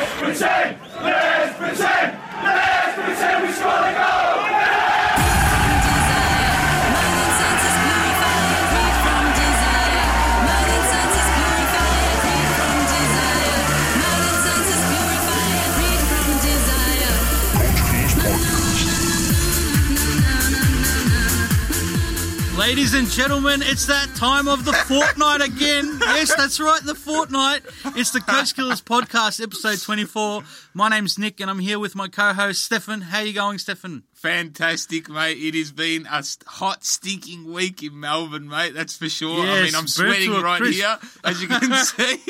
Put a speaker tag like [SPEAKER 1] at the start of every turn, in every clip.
[SPEAKER 1] pretend! Let's pretend! Let's pretend we score the goal!
[SPEAKER 2] Ladies and gentlemen, it's that time of the fortnight again. Yes, that's right, the fortnight. It's the Coach Killers podcast, episode 24. My name's Nick, and I'm here with my co-host, Stefan. How you going, Stefan?
[SPEAKER 3] Fantastic, mate. It has been a st- hot, stinking week in Melbourne, mate. That's for sure. I
[SPEAKER 2] Yes,
[SPEAKER 3] mean, I'm
[SPEAKER 2] burnt to
[SPEAKER 3] sweating
[SPEAKER 2] a
[SPEAKER 3] right
[SPEAKER 2] crisp.
[SPEAKER 3] here, as you can see.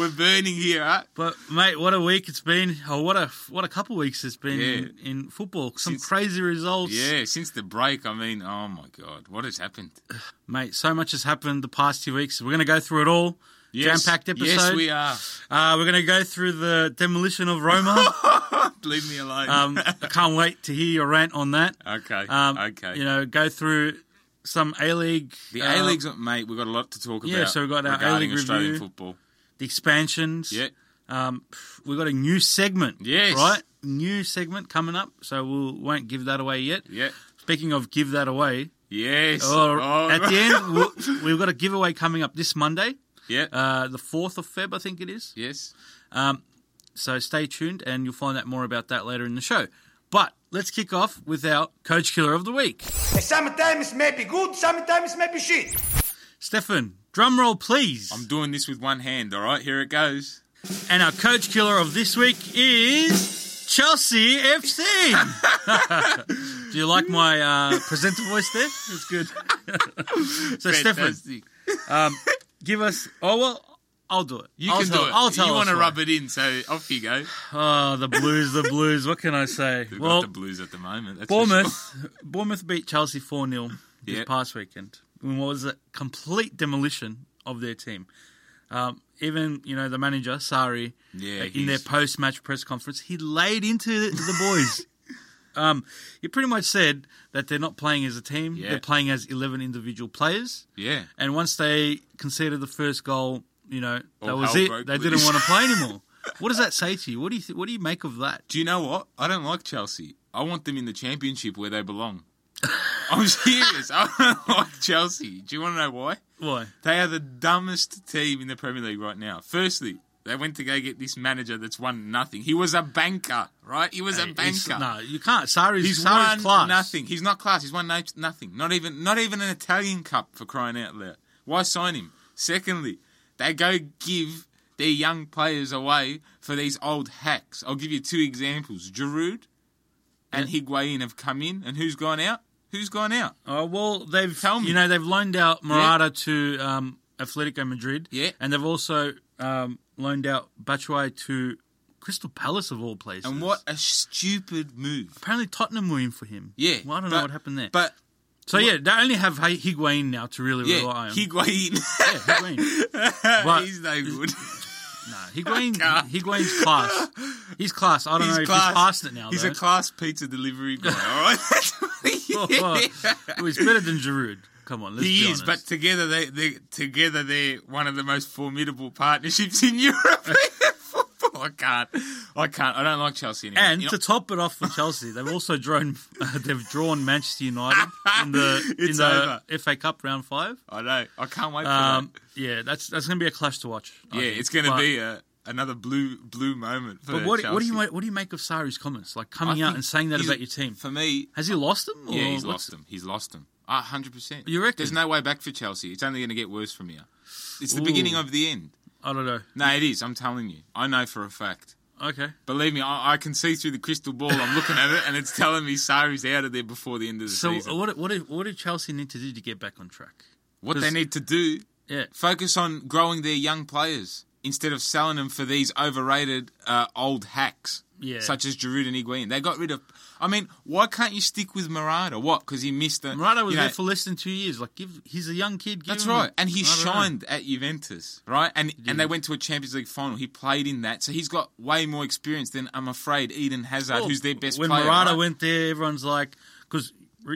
[SPEAKER 3] We're burning here, huh?
[SPEAKER 2] But, mate, what a week it's been. Oh, what a what a couple weeks it's been
[SPEAKER 3] Yeah.
[SPEAKER 2] in, in football. Some
[SPEAKER 3] Since-
[SPEAKER 2] crazy results.
[SPEAKER 3] Yeah, since the break, I mean, oh my God, what has happened?
[SPEAKER 2] Mate, so much has happened the past two weeks. We're going to go through it all. Jam-packed episode.
[SPEAKER 3] Yes, we are.
[SPEAKER 2] Uh, we're going to go through the demolition of Roma.
[SPEAKER 3] Leave me alone.
[SPEAKER 2] um, I can't wait to hear your rant on that.
[SPEAKER 3] okay,
[SPEAKER 2] Um,
[SPEAKER 3] okay.
[SPEAKER 2] You know, go through some A League,
[SPEAKER 3] the
[SPEAKER 2] uh,
[SPEAKER 3] A League's, mate, we've got a lot to talk
[SPEAKER 2] Yeah,
[SPEAKER 3] about.
[SPEAKER 2] so we've got our
[SPEAKER 3] regarding
[SPEAKER 2] A-League
[SPEAKER 3] Australian
[SPEAKER 2] review.
[SPEAKER 3] football.
[SPEAKER 2] the expansions.
[SPEAKER 3] Yeah.
[SPEAKER 2] Um, pff, we've got a new segment.
[SPEAKER 3] Yes.
[SPEAKER 2] Right? New segment coming up, so we won't give that away yet.
[SPEAKER 3] Yeah.
[SPEAKER 2] Speaking of give that away,
[SPEAKER 3] Yes.
[SPEAKER 2] or
[SPEAKER 3] Oh,
[SPEAKER 2] at the end, we'll, we've got a giveaway coming up this Monday,
[SPEAKER 3] yeah.
[SPEAKER 2] uh, the 4th of Feb, I think it is.
[SPEAKER 3] yes.
[SPEAKER 2] So stay tuned and you'll find out more about that later in the show. But let's kick off with our Coach Killer of the Week.
[SPEAKER 1] Sometimes it may be good, sometimes it may be shit.
[SPEAKER 2] Stefan, drum roll please.
[SPEAKER 3] I'm doing this with one hand, all right? Here it goes.
[SPEAKER 2] And our coach killer of this week is Chelsea FC. Do you like my uh, presenter voice there? It's good. so, Stefan,
[SPEAKER 3] Fantastic.
[SPEAKER 2] give us. Oh, well, I'll do it.
[SPEAKER 3] You
[SPEAKER 2] I'll
[SPEAKER 3] can
[SPEAKER 2] tell,
[SPEAKER 3] do it.
[SPEAKER 2] I'll tell
[SPEAKER 3] you
[SPEAKER 2] us
[SPEAKER 3] want to
[SPEAKER 2] why.
[SPEAKER 3] rub it in, so off you go.
[SPEAKER 2] Oh, the Blues, the Blues. What can I say?
[SPEAKER 3] We've
[SPEAKER 2] well,
[SPEAKER 3] got the Blues at the moment. That's for sure.
[SPEAKER 2] Bournemouth, Bournemouth beat Chelsea 4 0 this
[SPEAKER 3] Yeah.
[SPEAKER 2] past weekend. And what was a complete demolition of their team. Um, even, you know, the manager, Sari,
[SPEAKER 3] Yeah,
[SPEAKER 2] in their
[SPEAKER 3] he's-
[SPEAKER 2] post match press conference, he laid into the boys. um, he pretty much said that they're not playing as a team,
[SPEAKER 3] Yeah.
[SPEAKER 2] they're playing as 11 individual players.
[SPEAKER 3] Yeah.
[SPEAKER 2] And once they conceded the first goal, you know, that
[SPEAKER 3] All
[SPEAKER 2] was
[SPEAKER 3] hell
[SPEAKER 2] it.
[SPEAKER 3] broke
[SPEAKER 2] They
[SPEAKER 3] loose.
[SPEAKER 2] didn't want to play anymore. What does that say to you? What do you th- what do you make of that?
[SPEAKER 3] Do you know what? I don't like Chelsea. I want them in the championship where they belong. I'm serious. I don't like Chelsea. Do you want to know why?
[SPEAKER 2] Why?
[SPEAKER 3] They are the dumbest team in the Premier League right now. Firstly, they went to go get this manager that's won nothing. He was a banker, right? He was a
[SPEAKER 2] It's-
[SPEAKER 3] banker.
[SPEAKER 2] No, you can't. Sari's,
[SPEAKER 3] He's
[SPEAKER 2] Sari's
[SPEAKER 3] won
[SPEAKER 2] class.
[SPEAKER 3] nothing. He's not class. He's won no- nothing. Not even not even an Italian cup for crying out loud. Why sign him? Secondly, they go give their young players away for these old hacks. I'll give you two examples. Giroud and Higuain have come in, and who's gone out? Who's gone out?
[SPEAKER 2] Oh well, they've
[SPEAKER 3] Tell me.
[SPEAKER 2] you know they've loaned out Morata to um, Atletico Madrid.
[SPEAKER 3] Yeah.
[SPEAKER 2] and they've also um, loaned out Batshuayi to Crystal Palace of all places.
[SPEAKER 3] And what a stupid move.
[SPEAKER 2] Apparently Tottenham were in for him.
[SPEAKER 3] Yeah,
[SPEAKER 2] well, I don't know
[SPEAKER 3] but-
[SPEAKER 2] what happened there.
[SPEAKER 3] But
[SPEAKER 2] so yeah, they only have Hi- Higuain now to really
[SPEAKER 3] yeah,
[SPEAKER 2] rely on.
[SPEAKER 3] Higuain,
[SPEAKER 2] yeah, Higuain. But-
[SPEAKER 3] he's no good.
[SPEAKER 2] no, Higuain. Higuain's class. He's class. I don't know if he's past it now.
[SPEAKER 3] He's
[SPEAKER 2] though.
[SPEAKER 3] a class pizza delivery guy. All right, That's what he
[SPEAKER 2] Oh,
[SPEAKER 3] is.
[SPEAKER 2] well, well, he's better than Giroud. Come on, let's
[SPEAKER 3] He
[SPEAKER 2] be
[SPEAKER 3] is,
[SPEAKER 2] honest.
[SPEAKER 3] but together they, they together they're one of the most formidable partnerships in European football. I can't, I can't, I don't like Chelsea anymore.
[SPEAKER 2] And
[SPEAKER 3] You
[SPEAKER 2] to
[SPEAKER 3] know,
[SPEAKER 2] top it off for Chelsea, they've also drawn uh, they've drawn Manchester United in the in
[SPEAKER 3] It's
[SPEAKER 2] the FA Cup round five.
[SPEAKER 3] I know, I can't wait for
[SPEAKER 2] Um, yeah, that's that's going to be a clash to watch. I
[SPEAKER 3] that. Yeah,
[SPEAKER 2] think.
[SPEAKER 3] it's going to
[SPEAKER 2] But-
[SPEAKER 3] be a, another blue blue moment for
[SPEAKER 2] But what,
[SPEAKER 3] Chelsea.
[SPEAKER 2] what do you make, what do you make of Sari's comments, like
[SPEAKER 3] I
[SPEAKER 2] coming out
[SPEAKER 3] think
[SPEAKER 2] and saying that
[SPEAKER 3] he's-
[SPEAKER 2] about your team?
[SPEAKER 3] For me,
[SPEAKER 2] Has he lost them? Or
[SPEAKER 3] yeah, he's
[SPEAKER 2] what's-
[SPEAKER 3] lost them. He's lost them. A hundred percent.
[SPEAKER 2] You reckon?
[SPEAKER 3] There's no way back for Chelsea. It's only going to get worse from here. It's the
[SPEAKER 2] Ooh.
[SPEAKER 3] beginning of the end.
[SPEAKER 2] I don't know.
[SPEAKER 3] No, it is. I'm telling you. I know for a fact.
[SPEAKER 2] Okay,
[SPEAKER 3] Believe me, I, I can see through the crystal ball. I'm looking at it, and it's telling me Sari's out of there before the end of the
[SPEAKER 2] so uh,
[SPEAKER 3] season.
[SPEAKER 2] what what do- what did Chelsea need to do to get back on track?
[SPEAKER 3] What they
[SPEAKER 2] Because-
[SPEAKER 3] need to do,
[SPEAKER 2] Yeah,
[SPEAKER 3] focus on growing their young players instead of selling them for these overrated uh, old hacks,
[SPEAKER 2] Yeah.
[SPEAKER 3] such as Giroud and Higuain. They got rid of. I mean, why can't you stick with Murata? What? Because he missed the
[SPEAKER 2] Murata was
[SPEAKER 3] you know,
[SPEAKER 2] there for less than two years. Like, give he's a young kid. Give
[SPEAKER 3] That's
[SPEAKER 2] him a-
[SPEAKER 3] right, and he
[SPEAKER 2] I don't know.
[SPEAKER 3] shined at Juventus, right? And and they went to a Champions League final. He played in that, so he's got way more experience than I'm afraid Eden Hazard,
[SPEAKER 2] Well,
[SPEAKER 3] who's their best
[SPEAKER 2] when
[SPEAKER 3] player.
[SPEAKER 2] Murata
[SPEAKER 3] right?
[SPEAKER 2] went there, everyone's like, because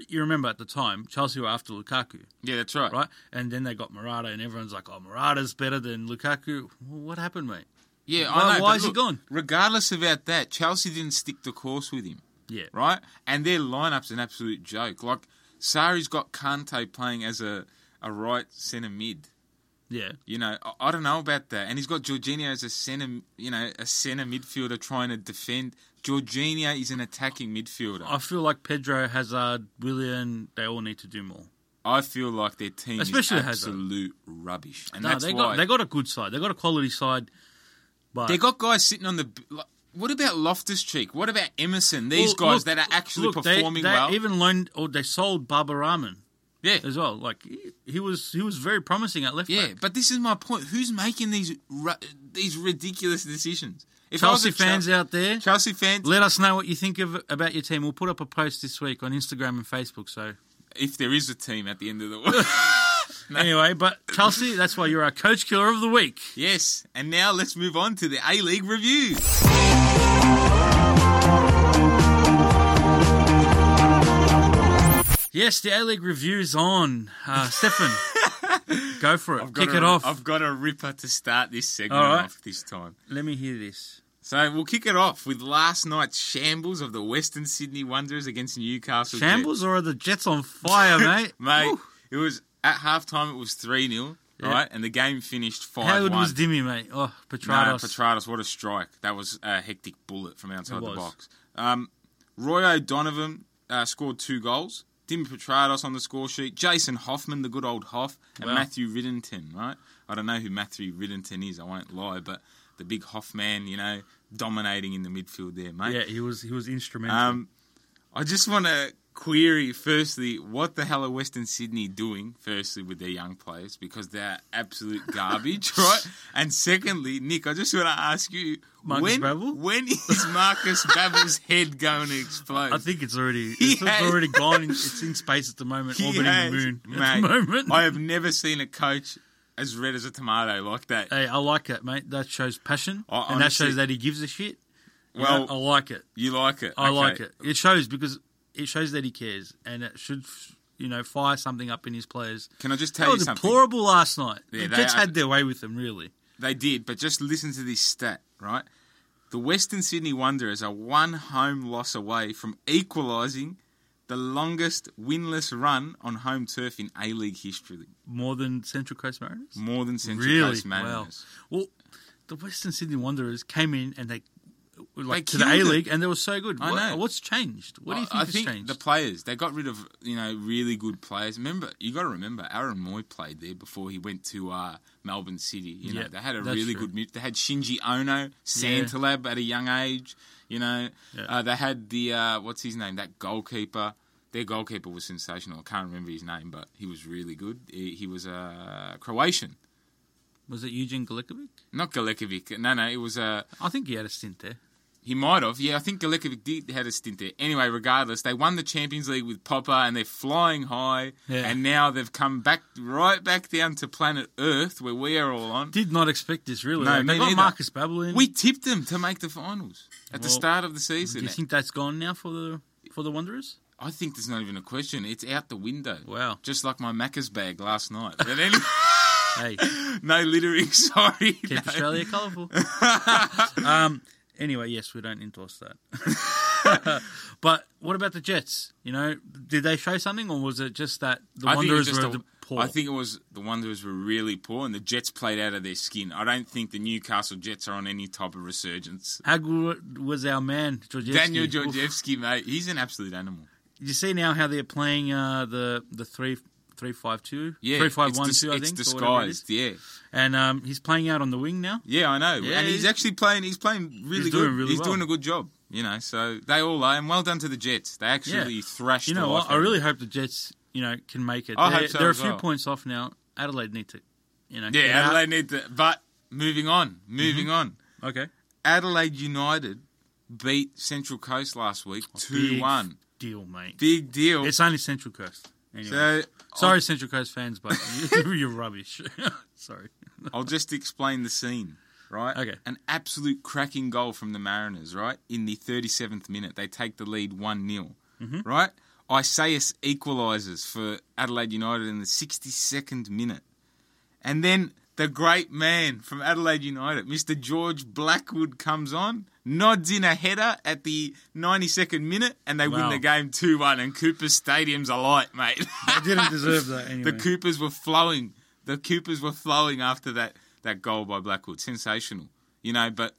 [SPEAKER 2] you remember at the time Chelsea were after Lukaku,
[SPEAKER 3] yeah, that's right.
[SPEAKER 2] right? And then they got Murata, and everyone's like, oh, Murata's better than Lukaku. Well, what happened, mate?
[SPEAKER 3] Yeah,
[SPEAKER 2] Why-
[SPEAKER 3] I know.
[SPEAKER 2] why
[SPEAKER 3] but
[SPEAKER 2] is he
[SPEAKER 3] look,
[SPEAKER 2] gone?
[SPEAKER 3] Regardless about that, Chelsea didn't stick the course with him,
[SPEAKER 2] Yeah.
[SPEAKER 3] right? And their lineup's an absolute joke. Like Sari's got Kante playing as a, a right centre mid.
[SPEAKER 2] Yeah.
[SPEAKER 3] You know, I, I don't know about that. And he's got Jorginho as a centre, you know, a centre midfielder trying to defend. Jorginho is an attacking midfielder.
[SPEAKER 2] I feel like Pedro, Hazard, Willian, they all need to do more.
[SPEAKER 3] I feel like their team
[SPEAKER 2] Especially
[SPEAKER 3] is
[SPEAKER 2] Hazard.
[SPEAKER 3] absolute rubbish, and
[SPEAKER 2] No,
[SPEAKER 3] that's
[SPEAKER 2] they
[SPEAKER 3] why
[SPEAKER 2] got they got a good side. They got a quality side. But
[SPEAKER 3] They got guys sitting on the. b- like, What about Loftus Cheek? What about Emerson? These
[SPEAKER 2] Well,
[SPEAKER 3] guys
[SPEAKER 2] look-
[SPEAKER 3] that are actually
[SPEAKER 2] look, they-
[SPEAKER 3] performing
[SPEAKER 2] they
[SPEAKER 3] well.
[SPEAKER 2] Even loaned or they sold Baba Rahman
[SPEAKER 3] yeah,
[SPEAKER 2] as well. Like he, he was he was very promising at left
[SPEAKER 3] yeah.
[SPEAKER 2] back.
[SPEAKER 3] But this is my point. Who's making these ru- these ridiculous decisions? If I was
[SPEAKER 2] Chelsea
[SPEAKER 3] a
[SPEAKER 2] fans
[SPEAKER 3] Chel-
[SPEAKER 2] out there,
[SPEAKER 3] Chelsea fans,
[SPEAKER 2] let us know what you think of about your team. We'll put up a post this week on Instagram and Facebook. So
[SPEAKER 3] if there is a team at the end of the world,
[SPEAKER 2] anyway, but Chelsea, that's why you're our coach killer of the week.
[SPEAKER 3] yes. And now let's move on to the A League review.
[SPEAKER 2] Yes, the A League review's on. Uh, Stefan, go for it. Kick
[SPEAKER 3] Got a-
[SPEAKER 2] it off.
[SPEAKER 3] I've got a ripper to start this segment
[SPEAKER 2] All right.
[SPEAKER 3] off this time.
[SPEAKER 2] Let me hear this.
[SPEAKER 3] So we'll kick it off with last night's shambles of the Western Sydney Wanderers against Newcastle. Jets.
[SPEAKER 2] Shambles or are the Jets on fire, mate?
[SPEAKER 3] Mate,
[SPEAKER 2] Woo.
[SPEAKER 3] it was at halftime. It was three 0
[SPEAKER 2] Yeah.
[SPEAKER 3] right? And the game finished five
[SPEAKER 2] How
[SPEAKER 3] one.
[SPEAKER 2] good was Dimmy, mate? Oh,
[SPEAKER 3] no,
[SPEAKER 2] Petrados.
[SPEAKER 3] Petratus, what a strike! That was a hectic bullet from outside
[SPEAKER 2] It
[SPEAKER 3] the
[SPEAKER 2] was.
[SPEAKER 3] box. Um, Roy O'Donovan uh, scored two goals. Dim Petrados on the score sheet. Jason Hoffman, the good old Hoff, and
[SPEAKER 2] Wow.
[SPEAKER 3] Matthew Riddington. Right? I don't know who Matthew Riddington is. I won't lie, but the big Hoff man, you know, dominating in the midfield there, mate.
[SPEAKER 2] yeah, he was he was instrumental.
[SPEAKER 3] Um, I just want to query firstly, what the hell are Western Sydney doing? Firstly, with their young players because they're absolute garbage, right? And secondly, Nick, I just want to ask you,
[SPEAKER 2] Marcus
[SPEAKER 3] when
[SPEAKER 2] Babbel?
[SPEAKER 3] when is Marcus Babbel's head going to explode?
[SPEAKER 2] I think it's already it's,
[SPEAKER 3] He has-
[SPEAKER 2] already gone. In, it's in space at the moment,
[SPEAKER 3] He
[SPEAKER 2] orbiting
[SPEAKER 3] has-
[SPEAKER 2] the moon at
[SPEAKER 3] mate,
[SPEAKER 2] the moment.
[SPEAKER 3] I have never seen a coach as red as a tomato like that.
[SPEAKER 2] hey, I like it, mate. That shows passion,
[SPEAKER 3] I
[SPEAKER 2] and that
[SPEAKER 3] honestly-
[SPEAKER 2] shows that he gives a shit. You know,
[SPEAKER 3] well,
[SPEAKER 2] I like it.
[SPEAKER 3] you like it.
[SPEAKER 2] I
[SPEAKER 3] Okay.
[SPEAKER 2] like it. It shows because it shows that he cares, and it should you know fire something up in his players.
[SPEAKER 3] Can I just
[SPEAKER 2] They
[SPEAKER 3] tell
[SPEAKER 2] were
[SPEAKER 3] you something?
[SPEAKER 2] deplorable last night.
[SPEAKER 3] Yeah,
[SPEAKER 2] the
[SPEAKER 3] they
[SPEAKER 2] Jets
[SPEAKER 3] are-
[SPEAKER 2] had their way with them, really.
[SPEAKER 3] They did, but just listen to this stat, right? The Western Sydney Wanderers are one home loss away from equalising the longest winless run on home turf in A League history,
[SPEAKER 2] More than Central Coast Mariners.
[SPEAKER 3] more than Central
[SPEAKER 2] really?
[SPEAKER 3] Coast Mariners.
[SPEAKER 2] Wow. Well, the Western Sydney Wanderers came in and they like to the
[SPEAKER 3] killed
[SPEAKER 2] A
[SPEAKER 3] them.
[SPEAKER 2] League, and they were so good.
[SPEAKER 3] I
[SPEAKER 2] What-
[SPEAKER 3] know.
[SPEAKER 2] What's changed? What do you think
[SPEAKER 3] I, I
[SPEAKER 2] has
[SPEAKER 3] think
[SPEAKER 2] changed?
[SPEAKER 3] the players they got rid of you know really good players. Remember, you got to remember Aaron Moy played there before he went to uh, Melbourne City. You know
[SPEAKER 2] Yeah,
[SPEAKER 3] they had a
[SPEAKER 2] that's
[SPEAKER 3] really
[SPEAKER 2] true.
[SPEAKER 3] good mid. They had Shinji Ono, Santalab at a young age. You know
[SPEAKER 2] Yeah.
[SPEAKER 3] uh, they had the uh, what's his name that goalkeeper. Their goalkeeper was sensational. I can't remember his name, but he was really good. He, he was uh, Croatian,
[SPEAKER 2] Was it Eugene Galekovic?
[SPEAKER 3] not Galekovic. No, no, it was Uh,
[SPEAKER 2] I think he had a stint there.
[SPEAKER 3] He might have. Yeah, I think Galekovic did had a stint there. Anyway, regardless, they won the Champions League with Popper and they're flying high.
[SPEAKER 2] Yeah.
[SPEAKER 3] And now they've come back right back down to planet Earth where we are all on.
[SPEAKER 2] Did not expect this, really.
[SPEAKER 3] No,
[SPEAKER 2] Like,
[SPEAKER 3] me
[SPEAKER 2] they got
[SPEAKER 3] neither.
[SPEAKER 2] Marcus Babbel in.
[SPEAKER 3] We tipped them to make the finals at the
[SPEAKER 2] Well,
[SPEAKER 3] start of the
[SPEAKER 2] do
[SPEAKER 3] season.
[SPEAKER 2] you think that's gone now for the for the Wanderers?
[SPEAKER 3] I think there's not even a question. It's out the window.
[SPEAKER 2] Wow.
[SPEAKER 3] Just like my Macca's bag last night. But anyway,
[SPEAKER 2] Hey,
[SPEAKER 3] no littering, sorry.
[SPEAKER 2] keep
[SPEAKER 3] No.
[SPEAKER 2] Australia colourful. um, anyway, yes, we don't endorse that. but what about the Jets? You know, did they show something, or was it just that the
[SPEAKER 3] I think it
[SPEAKER 2] Wanderers
[SPEAKER 3] was just
[SPEAKER 2] were
[SPEAKER 3] a-
[SPEAKER 2] the poor?
[SPEAKER 3] I think it was the Wanderers were really poor, and the Jets played out of their skin. I don't think the Newcastle Jets are on any type of resurgence.
[SPEAKER 2] How good was our man, Georgievski?
[SPEAKER 3] Daniel
[SPEAKER 2] Oof.
[SPEAKER 3] Georgievsky, mate, he's an absolute animal.
[SPEAKER 2] You see now how they're playing uh, the the three three five two,
[SPEAKER 3] Yeah,
[SPEAKER 2] three five
[SPEAKER 3] it's
[SPEAKER 2] one
[SPEAKER 3] dis-
[SPEAKER 2] two. I
[SPEAKER 3] it's
[SPEAKER 2] think or whatever it is.
[SPEAKER 3] disguised. Yeah,
[SPEAKER 2] and um, he's playing out on the wing now.
[SPEAKER 3] yeah, I know.
[SPEAKER 2] Yeah,
[SPEAKER 3] and he's
[SPEAKER 2] he's-
[SPEAKER 3] actually playing. He's playing really
[SPEAKER 2] He's
[SPEAKER 3] good.
[SPEAKER 2] doing really
[SPEAKER 3] he's
[SPEAKER 2] well.
[SPEAKER 3] doing a good job. You know, so they all are, and well done to the Jets. They actually thrashed.
[SPEAKER 2] You
[SPEAKER 3] the
[SPEAKER 2] know
[SPEAKER 3] life
[SPEAKER 2] what? I
[SPEAKER 3] out of
[SPEAKER 2] really
[SPEAKER 3] them.
[SPEAKER 2] hope the Jets, you know, can make it.
[SPEAKER 3] I
[SPEAKER 2] they're,
[SPEAKER 3] hope so
[SPEAKER 2] they're a
[SPEAKER 3] as
[SPEAKER 2] few
[SPEAKER 3] well.
[SPEAKER 2] points off now. Adelaide need to, you know. get
[SPEAKER 3] Yeah,
[SPEAKER 2] out.
[SPEAKER 3] Adelaide need to. But moving on, moving
[SPEAKER 2] Mm-hmm.
[SPEAKER 3] on.
[SPEAKER 2] Okay.
[SPEAKER 3] Adelaide United beat Central Coast last week two
[SPEAKER 2] Oh, Big
[SPEAKER 3] one.
[SPEAKER 2] deal, mate.
[SPEAKER 3] Big deal.
[SPEAKER 2] It's only Central Coast. Anyway.
[SPEAKER 3] so
[SPEAKER 2] Sorry, Central Coast fans, but you- you're rubbish. Sorry.
[SPEAKER 3] I'll just explain the scene, right?
[SPEAKER 2] Okay.
[SPEAKER 3] An absolute cracking goal from the Mariners, right? In the 37th minute, they take the lead 1 0,
[SPEAKER 2] Mm-hmm.
[SPEAKER 3] right? Isaias equalises for Adelaide United in the 62nd minute. And then the great man from Adelaide United, Mr. George Blackwood, comes on, nods in a header at the 92nd minute, and they win
[SPEAKER 2] Wow.
[SPEAKER 3] the game 2 1. And Cooper Stadium's alight, mate.
[SPEAKER 2] I didn't deserve that anyway.
[SPEAKER 3] the Coopers were flowing. The Coopers were flowing after that, that goal by Blackwood. Sensational. You know, but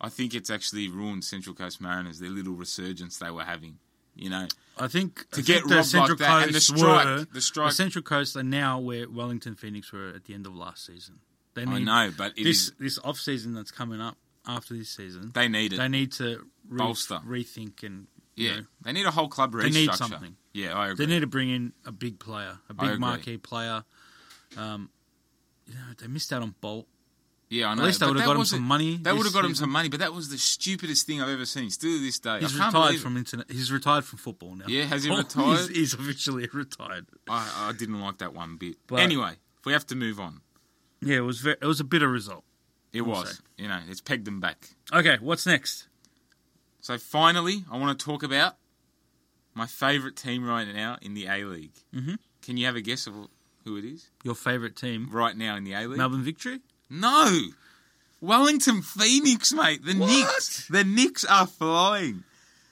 [SPEAKER 3] I think it's actually ruined Central Coast Mariners, their little resurgence they were having. You know,
[SPEAKER 2] I think to
[SPEAKER 3] get robbed like that and the strike- the strike-
[SPEAKER 2] Central Coast are now where Wellington Phoenix were at the end of last season. They
[SPEAKER 3] I know, but it
[SPEAKER 2] this
[SPEAKER 3] is-
[SPEAKER 2] this off season that's coming up after this season.
[SPEAKER 3] they need it.
[SPEAKER 2] they need to re-
[SPEAKER 3] Bolster.
[SPEAKER 2] rethink, and you
[SPEAKER 3] yeah,
[SPEAKER 2] know,
[SPEAKER 3] they need a whole club restructure.
[SPEAKER 2] They need something.
[SPEAKER 3] Yeah, I
[SPEAKER 2] they
[SPEAKER 3] agree.
[SPEAKER 2] need to bring in a big player, a big
[SPEAKER 3] agree.
[SPEAKER 2] marquee player. Um, you know, they missed out on Bolt.
[SPEAKER 3] yeah, I know.
[SPEAKER 2] least they
[SPEAKER 3] but
[SPEAKER 2] would've
[SPEAKER 3] that
[SPEAKER 2] got him
[SPEAKER 3] wasn't-
[SPEAKER 2] some money
[SPEAKER 3] They would
[SPEAKER 2] this
[SPEAKER 3] have got him
[SPEAKER 2] season.
[SPEAKER 3] some money, but that was the stupidest thing I've ever seen. Still to this day,
[SPEAKER 2] He's
[SPEAKER 3] I can't
[SPEAKER 2] retired
[SPEAKER 3] believe
[SPEAKER 2] from
[SPEAKER 3] it.
[SPEAKER 2] internet. He's retired from football now.
[SPEAKER 3] Yeah, has he
[SPEAKER 2] He's-
[SPEAKER 3] retired?
[SPEAKER 2] He's, officially retired.
[SPEAKER 3] I, I didn't like that one bit.
[SPEAKER 2] But-
[SPEAKER 3] anyway, if we have to move on,
[SPEAKER 2] Yeah, it was ve it was a bitter result.
[SPEAKER 3] it was
[SPEAKER 2] say.
[SPEAKER 3] you know it's pegged them back.
[SPEAKER 2] Okay, what's next?
[SPEAKER 3] So finally, I want to talk about my favourite team right now in the A League. Mm-hmm. Can you have a guess of who it is
[SPEAKER 2] Your favorite team,
[SPEAKER 3] right now in the A League?
[SPEAKER 2] Melbourne Victory.
[SPEAKER 3] No, Wellington Phoenix, mate. The
[SPEAKER 2] What?
[SPEAKER 3] Knicks. The Knicks are flying.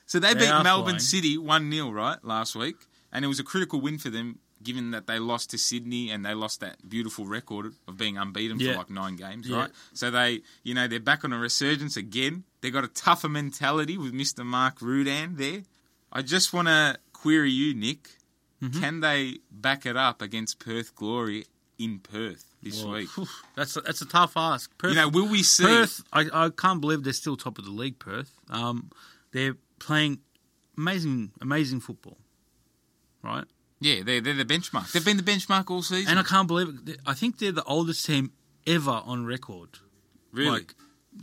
[SPEAKER 3] So they,
[SPEAKER 2] They
[SPEAKER 3] beat
[SPEAKER 2] are flying.
[SPEAKER 3] Melbourne City one 0 right last week, and it was a critical win for them, given that they lost to Sydney and they lost that beautiful record of being unbeaten
[SPEAKER 2] Yeah.
[SPEAKER 3] for like nine games,
[SPEAKER 2] Yeah.
[SPEAKER 3] right? So they, you know, they're back on a resurgence again. They got a tougher mentality with Mr. Mark Rudan there. I just want to query you, Nick.
[SPEAKER 2] Mm-hmm.
[SPEAKER 3] Can they back it up against Perth Glory in Perth this
[SPEAKER 2] Well,
[SPEAKER 3] week?
[SPEAKER 2] phew, that's a, that's a tough ask. Perth,
[SPEAKER 3] You know, will we see?
[SPEAKER 2] Perth. I, I can't believe they're still top of the league. Perth. Um, they're playing amazing, amazing football, right?
[SPEAKER 3] Yeah, they're, they're the benchmark. They've been the benchmark all season.
[SPEAKER 2] And I can't believe it. They- I think they're the oldest team ever on record.
[SPEAKER 3] really?
[SPEAKER 2] Like,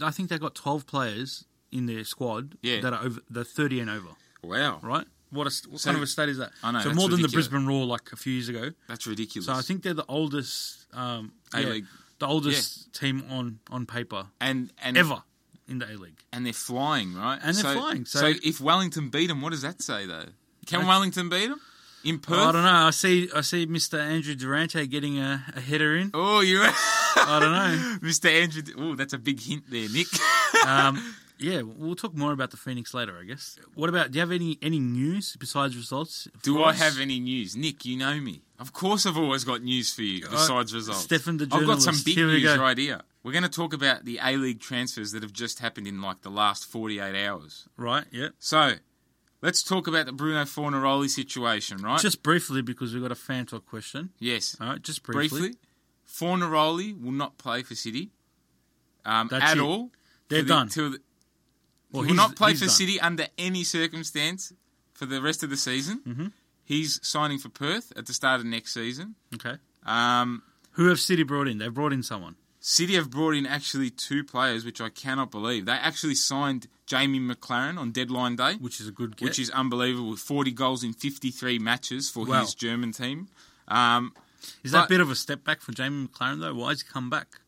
[SPEAKER 2] I think they got twelve players in their squad
[SPEAKER 3] Yeah.
[SPEAKER 2] that are over the thirty and over.
[SPEAKER 3] wow.
[SPEAKER 2] Right? What a, what
[SPEAKER 3] So-
[SPEAKER 2] kind of a state is that?
[SPEAKER 3] I know,
[SPEAKER 2] So
[SPEAKER 3] that's
[SPEAKER 2] more than the
[SPEAKER 3] ridiculous.
[SPEAKER 2] Brisbane Roar like a few years ago.
[SPEAKER 3] That's ridiculous.
[SPEAKER 2] So I think they're the oldest. Um, yeah,
[SPEAKER 3] A-League.
[SPEAKER 2] the oldest team on on paper
[SPEAKER 3] and and
[SPEAKER 2] ever in the A League.
[SPEAKER 3] and they're flying, right?
[SPEAKER 2] And they're
[SPEAKER 3] so,
[SPEAKER 2] flying, so-
[SPEAKER 3] if Wellington beat them, what does that say though? Can
[SPEAKER 2] That's-
[SPEAKER 3] Wellington beat them in Perth?
[SPEAKER 2] I don't know. I see. I see Mr. Andrew Durante getting a, a header in.
[SPEAKER 3] Oh, you're
[SPEAKER 2] I don't know.
[SPEAKER 3] Mr. Andrew. Oh, that's a big hint there, Nick.
[SPEAKER 2] Um, yeah, we'll talk more about the Phoenix later, I guess. What about? Do you have any any news besides results?
[SPEAKER 3] Do I have any news, Nick? You know me. Of course, I've always got news for you besides results.
[SPEAKER 2] Uh, Stefan the
[SPEAKER 3] I've got some
[SPEAKER 2] journalist.
[SPEAKER 3] big
[SPEAKER 2] Here we
[SPEAKER 3] news
[SPEAKER 2] go.
[SPEAKER 3] right here. We're going to talk about the A League transfers that have just happened in like the last forty-eight hours.
[SPEAKER 2] Right. Yeah.
[SPEAKER 3] So, let's talk about the Bruno Fornaroli situation, right?
[SPEAKER 2] Just briefly, because we've got a fan talk question.
[SPEAKER 3] yes.
[SPEAKER 2] All right. Just briefly.
[SPEAKER 3] briefly, Fornaroli will not play for City um,
[SPEAKER 2] That's
[SPEAKER 3] at
[SPEAKER 2] it.
[SPEAKER 3] all.
[SPEAKER 2] They're
[SPEAKER 3] for the-
[SPEAKER 2] done.
[SPEAKER 3] till the-
[SPEAKER 2] Well,
[SPEAKER 3] he will
[SPEAKER 2] he's-
[SPEAKER 3] not play
[SPEAKER 2] he's
[SPEAKER 3] for
[SPEAKER 2] done.
[SPEAKER 3] City under any circumstance for the rest of the season.
[SPEAKER 2] Mm-hmm.
[SPEAKER 3] He's signing for Perth at the start of next season.
[SPEAKER 2] Okay.
[SPEAKER 3] Um,
[SPEAKER 2] Who have City brought in? They've brought in someone.
[SPEAKER 3] City have brought in actually two players, which I cannot believe. They actually signed Jamie McLaren on deadline day.
[SPEAKER 2] which is a good get.
[SPEAKER 3] which is unbelievable. 40 goals in 53 matches for
[SPEAKER 2] Wow.
[SPEAKER 3] his German team. Um,
[SPEAKER 2] is that
[SPEAKER 3] but-
[SPEAKER 2] a bit of a step back for Jamie McLaren though? Why has he come back?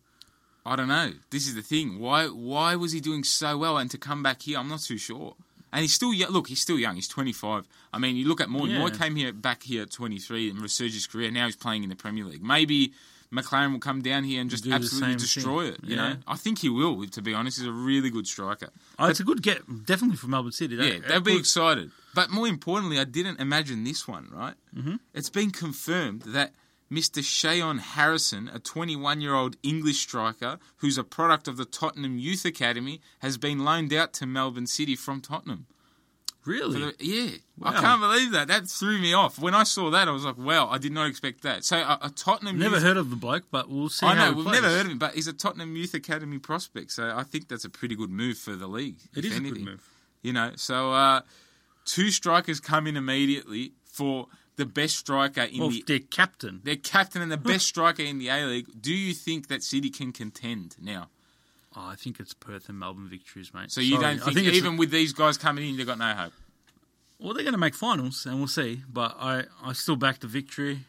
[SPEAKER 3] I don't know. This is the thing. Why why was he doing so well and to come back here? I'm not too sure. And he's still young. Look, he's still young. He's 25. I mean, you look at Moy.
[SPEAKER 2] Yeah.
[SPEAKER 3] Moy came here back here at 23 and resurged his career. Now he's playing in the Premier League. Maybe McLaren will come down here and just
[SPEAKER 2] Do the
[SPEAKER 3] absolutely
[SPEAKER 2] same
[SPEAKER 3] destroy
[SPEAKER 2] thing.
[SPEAKER 3] it. You
[SPEAKER 2] Yeah.
[SPEAKER 3] know, I think he will. To be honest, he's a really good striker.
[SPEAKER 2] Oh, it's a good get, definitely for Melbourne City.
[SPEAKER 3] Yeah, they'll be excited. But more importantly, I didn't imagine this one, right? Mm-hmm. It's been confirmed that Mr. Shayon Harrison, a 21 year old English striker who's a product of the Tottenham Youth Academy, has been loaned out to Melbourne City from Tottenham.
[SPEAKER 2] really.
[SPEAKER 3] For the- yeah, I
[SPEAKER 2] Wow.
[SPEAKER 3] can't believe that. That threw me off. When I saw that, I was like, wow, I did not expect that. So, a, a Tottenham
[SPEAKER 2] Never
[SPEAKER 3] Youth
[SPEAKER 2] heard of the bloke, but we'll see.
[SPEAKER 3] I
[SPEAKER 2] how
[SPEAKER 3] know,
[SPEAKER 2] he
[SPEAKER 3] we've
[SPEAKER 2] plays.
[SPEAKER 3] never heard of him, but he's a Tottenham Youth Academy prospect, so I think that's a pretty good move for the league.
[SPEAKER 2] It
[SPEAKER 3] if
[SPEAKER 2] is a good
[SPEAKER 3] anything.
[SPEAKER 2] move.
[SPEAKER 3] You know, so uh, two strikers come in immediately for the best striker in
[SPEAKER 2] Well,
[SPEAKER 3] the
[SPEAKER 2] their captain.
[SPEAKER 3] their captain and the best striker in the A League. Do you think that City can contend now?
[SPEAKER 2] Oh, I think it's Perth and Melbourne victories, mate.
[SPEAKER 3] So you
[SPEAKER 2] Sorry.
[SPEAKER 3] don't
[SPEAKER 2] I
[SPEAKER 3] think,
[SPEAKER 2] it's-
[SPEAKER 3] even with these guys coming in, they've got no hope.
[SPEAKER 2] well, they're going to make finals, and we'll see. But I, I still back the victory.